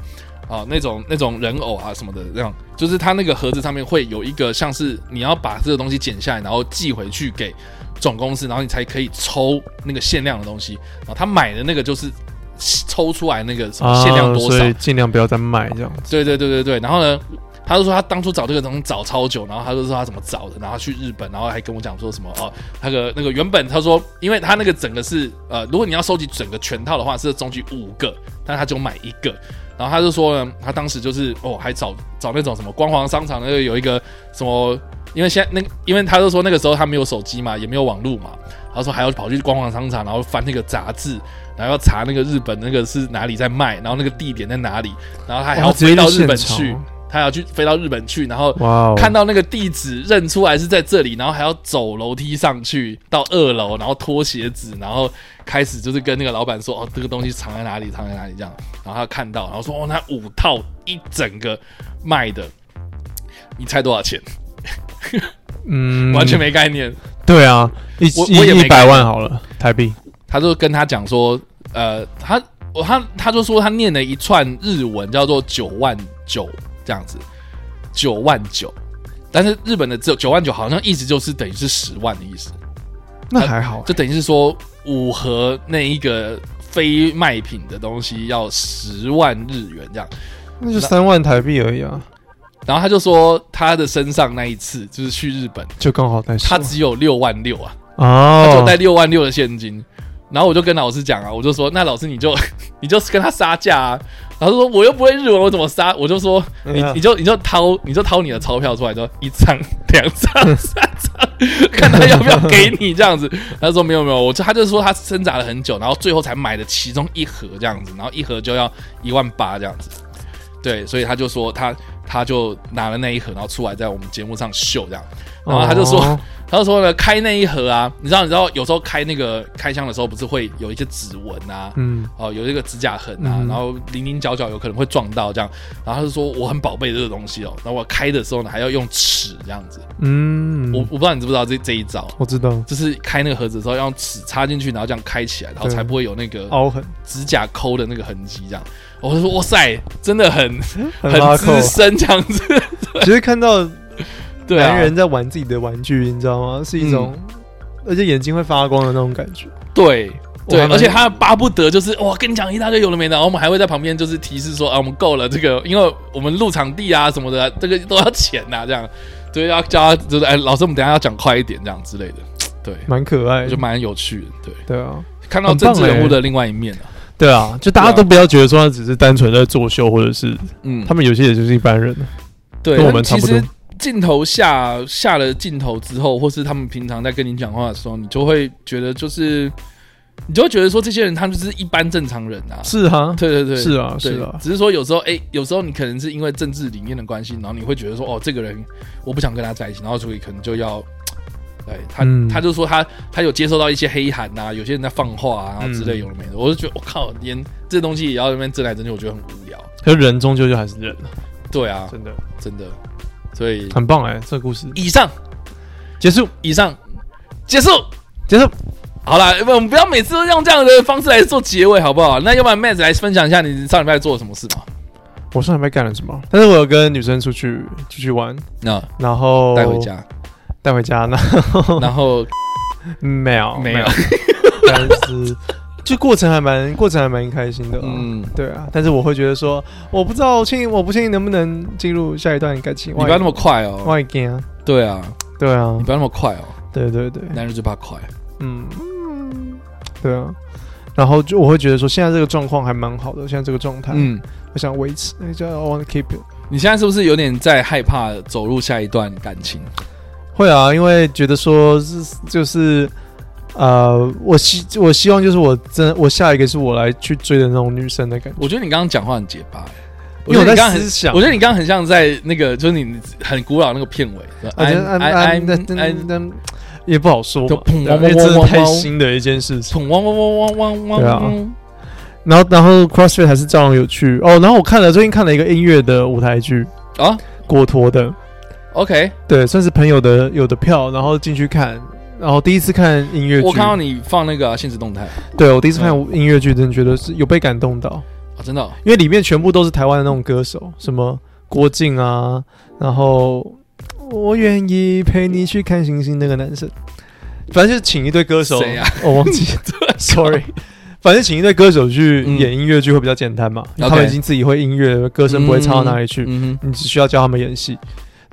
啊那种那种人偶啊什么的，那样就是它那个盒子上面会有一个像是你要把这个东西剪下来，然后寄回去给总公司，然后你才可以抽那个限量的东西。然后他买的那个就是抽出来那个什么限量多啊少所以，尽量不要再卖这样子，对对对对对，然后呢，他就说他当初找这个东西找超久，然后他就说他怎么找的，然后他去日本，然后还跟我讲说什么哦，那个那个原本他说，因为他那个整个是呃，如果你要收集整个全套的话，是总计五个，但他就买一个。然后他就说呢，他当时就是哦，还找找那种什么光华商场那个有一个什么，因为现在那因为他就说那个时候他没有手机嘛，也没有网络嘛，他说还要跑去光华商场，然后翻那个杂志，然后要查那个日本那个是哪里在卖，然后那个地点在哪里，然后他还哇要他直接飞到去日本现场去，他还要去飞到日本去，然后哇哦，看到那个地址认出来是在这里，然后还要走楼梯上去到二楼，然后脱鞋子，然后开始就是跟那个老板说哦，这个东西藏在哪里，藏在哪里这样，然后他看到，然后说哦，那五套一整个卖的，你猜多少钱？嗯，完全没概念。对啊，一我我也一没一百看万好了，台币，他就跟他讲说，呃，他我他他就说他念了一串日文，叫做九万九这样子，九万九。但是日本的这九万九好像意思就是等于是十万的意思，那还好，就等于是说五盒那一个非卖品的东西要十万日元这样。那就三万台币而已啊，然后他就说他的身上那一次就是去日本，就刚好在他只有六万六啊，他只有哦带，六万六的现金。然后我就跟老师讲啊，我就说那老师你就你就跟他杀价啊。老师说我又不会日文，我怎么杀？我就说你嗯你就你就掏你就掏你的钞票出来，说一张、两 张、三张，看他要不要给你这样子。他说没有没有，我就他就说他挣扎了很久，然后最后才买了其中一盒这样子，然后一盒就要一万八这样子。对，所以他就说他他就拿了那一盒，然后出来在我们节目上秀这样，然后他就说。哦他说呢，开那一盒啊，你知道，你知道，有时候开那个开箱的时候，不是会有一些指纹啊，嗯，哦，有这个指甲痕啊，嗯然后零零角角有可能会撞到这样。然后他就说我很宝贝这个东西哦，然后我开的时候呢还要用尺这样子。嗯，我我不知道你知不知道这这一招，啊我知道就是开那个盒子的时候要用尺插进去，然后这样开起来，然后对哦才不会有那个凹痕，指甲抠的那个痕迹这样。我就说哇塞，真的很很拉扣资。深这样子， 其实看到对啊，男人在玩自己的玩具，你知道吗？是一种，而且眼睛会发光的那种感觉。对。我对，还蛮而且他巴不得就是哇，跟你讲一大堆有的没的，然后我们还会在旁边就是提示说啊，我们够了这个，因为我们入场地啊什么啊的，这个都要钱呐、这样，对，要叫他就是哎，老师，我们等一下要讲快一点这样之类的，对，蛮可爱我的，觉得蛮有趣的。对，对啊，看到嗯很棒政治人物欸的另外一面啊。对啊，就大家对啊都不要觉得说他只是单纯在作秀，或者是嗯，他们有些也就是一般人，啊对，跟我他们差其不实多。镜头下下了镜头之后，或是他们平常在跟你讲话的时候，你就会觉得就是，你就会觉得说这些人他们就是一般正常人啊。是哈，对对对，是啊，对是啊，只是说有时候，哎、有时候你可能是因为政治理念的关系，然后你会觉得说，哦，这个人我不想跟他在一起，然后所以可能就要，对他，嗯他就说他他有接收到一些黑函啊，有些人在放话啊嗯之类有的没的，我就觉得我、哦靠，连这东西也要在那边争来争去，我觉得很无聊。可是人终究就还是人，对啊，真的真的，所以很棒哎，这个故事以上结束，以上结束。结束，好啦，不，我们不要每次都用这样的方式来做结尾，好不好？那要不然 Matt 来分享一下你上礼拜做了什么事嘛？我上礼拜干了什么？但是我有跟女生出去出去玩，那然后带回，家，带回家，然后然后 没有没 有，但是就过程还蛮过程还蛮开心的，嗯。嗯，对啊，但是我会觉得说，我不知道，确定我不确定能不能进入下一段感情。你不要那么快我哦。也惊啊，对啊，对啊你，不要那么快哦，对对对，男人就怕快。嗯，对啊。然后就我会觉得说，现在这个状况还蛮好的，现在这个状态，嗯，我想维持，那叫 I want to keep it。你现在是不是有点在害怕走入下一段感情？会啊，因为觉得说是就是，呃，我希我希望就是我真我下一个是我来去追的那种女生的感觉。我觉得你刚刚讲话很结巴、欸，我因为觉得你我在刚刚思很，想我觉得你刚刚很像在那个，就是你很古老那个片尾我觉得安安安安也不好说嘛就，砰对啊嗡因为嗡这是嗡太嗡新的一件事情。捅汪汪汪汪汪汪。对啊然后然后 CrossFit 还是照样有趣哦。然后我看了最近看了一个音乐的舞台剧啊果陀的， ，OK，对，算是朋友的有的票，然后进去看。然后第一次看音乐剧，我看到你放那个啊现实动态啊，对我第一次看音乐剧，真的觉得是有被感动到，真的哦因为里面全部都是台湾的那种歌手，什么郭靖啊，然后我愿意陪你去看星星那个男生，反正就是请一堆歌手，谁啊我忘 记，sorry，反正请一堆歌手去嗯演音乐剧会比较简单嘛，因为他 OK 们已经自己会音乐，歌声不会差到哪里去，嗯哼，你只需要教他们演戏。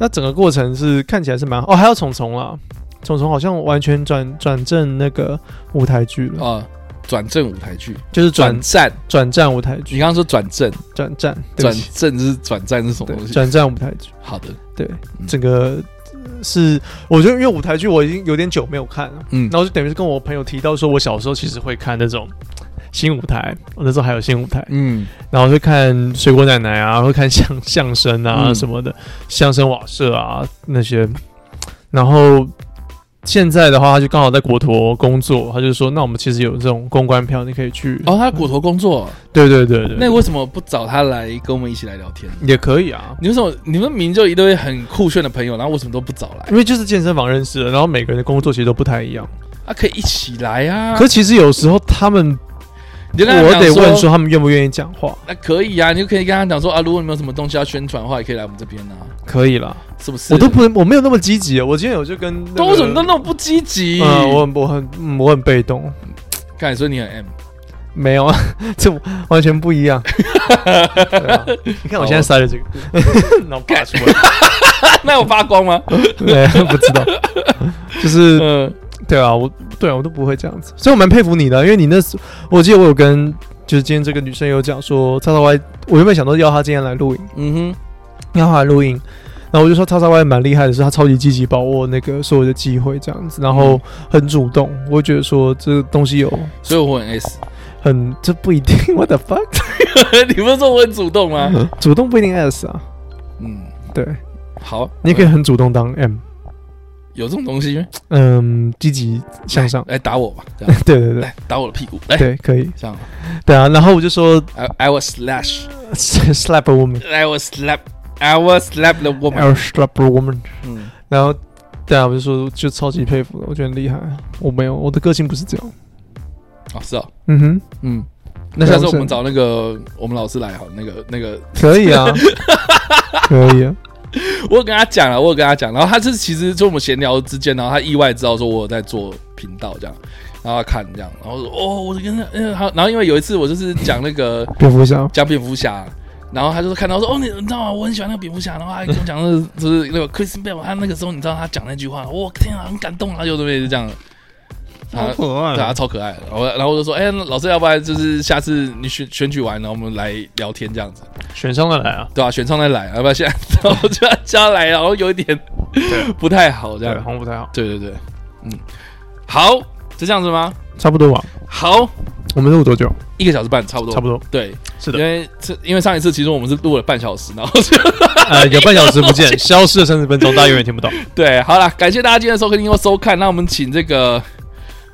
那整个过程是看起来是蛮好哦，还有虫虫啦，虫虫好像完全转转正那个舞台剧了，啊，转正舞台剧，就是嗯转转战，转战舞台你剧，刚刚说转正，转战对转不起正是转战是什么对东西？转战舞台剧，好的，对嗯，整个呃是我觉得因为舞台剧我已经有点久没有看了，嗯然，后就等于是跟我朋友提到说，我小时候其实会看那种新舞台，我那时候还有新舞台，嗯，然后就看水果奶奶 啊，会看相相声啊嗯什么的，相声瓦舍啊那些。然后现在的话，他就刚好在国陀工作，他就说，那我们其实有这种公关票，你可以去。哦，他骨头工作，对对对对，那为什么不找他来跟我们一起来聊天？也可以啊，你为什么你们明明就一堆很酷炫的朋友，然后为什么都不找来因？为就是健身房认识的，然后每个人的工作其实都不太一样。啊，可以一起来啊！可其实有时候他们，你就跟他我讲得问说，他们愿不愿意讲话，那可以啊，你就可以跟他讲说啊，如果你们有什么东西要宣传的话，也可以来我们这边啊，可以啦。是不是？我都不能，我没有那么积极。我今天有就跟那个都为什么都那么不积极？嗯，我很我很嗯我很被动，看你说你很 M，没有，啊， 这完全不一 样。对啊你看我现在塞了这 个，脑拔出来， 那有发光吗？对，不知 道，就是嗯对啊，我对啊，我都不会这样子，所以我蛮佩服你的，因为你那时候，我记得我有跟就是今天这个女生有讲说，叉叉 Y，我原本想说要她今天来录影，嗯要她来录影。然后我就说叉叉 Y 蛮厉害的，是她超级积极把握那个所有的机会这样子，然后很主动。我会觉得说这个东西有哼，所以我很 S。很这不一定 ，what the fuck，你不是说我很主动吗？主动不一定 S 啊，嗯，对，好，呃你也可以很主动当 M，有这种东西吗，嗯，积极向上，来打我吧，这样对对对来打我的屁股，来对，可以，哎这样对啊。然后我就说 I I will slash slap a woman， I will slap I will slap the woman， or slap a woman，嗯，然后对啊，我就说就超级佩服的，我觉得很厉害。啊我没有，我的个性不是这样。哦是哦，嗯哼，嗯。那下次我们对找那个我们老师来好，那个那个，可 以啊，可以啊，我有跟他讲了，我有跟他讲，然后他是其实就我们闲聊之间，然后他意外知道说我有在做频道这样，然后他看这样，然后说哦，我跟他，嗯，好，然后因为有一次我就是讲那个蝙蝠侠，讲蝙蝠侠，然后他就是看到说哦，你你知道吗？我很喜欢那个蝙蝠侠，然后他跟我讲那个就是那个 Chris Bell，他那个时候你知道他讲那句话，我天啊，很感动啊，有的没的就这样，他可爱对啊，超可爱的。我然后我就说，哎、那老师，要不然就是下次你选选举完，然后我们来聊天这样子，选上了来啊！对吧、选上再来，要不然现在我就要加来，然后有一点不太好这对，样。红不太好，对对对，嗯，好，就这样子吗？差不多吧。好，我们录多久？一个小时半差不多，差不多。对，是因的，为这因为上一次其实我们是录了半小时，然后就 呃，有半小时不见，消失了三十分钟，大家永远听不到。对，好啦，感谢大家今天的收听或收看。那我们请这个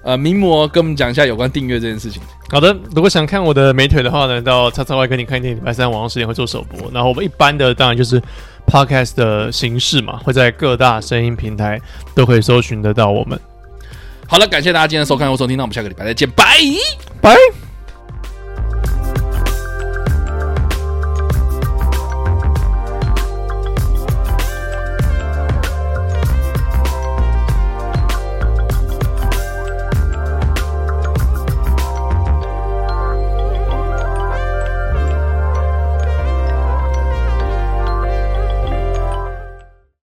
呃名模跟我们讲一下有关订阅这件事情。好的，如果想看我的美腿的话呢，到叉叉 Y 跟你看一天，礼拜三晚上十点会做首播。然后我们一般的当然就是 podcast 的形式嘛，会在各大声音平台都可以搜寻得到我们。好了，感谢大家今天的收看或收听，那我们下个礼拜再见，拜。拜。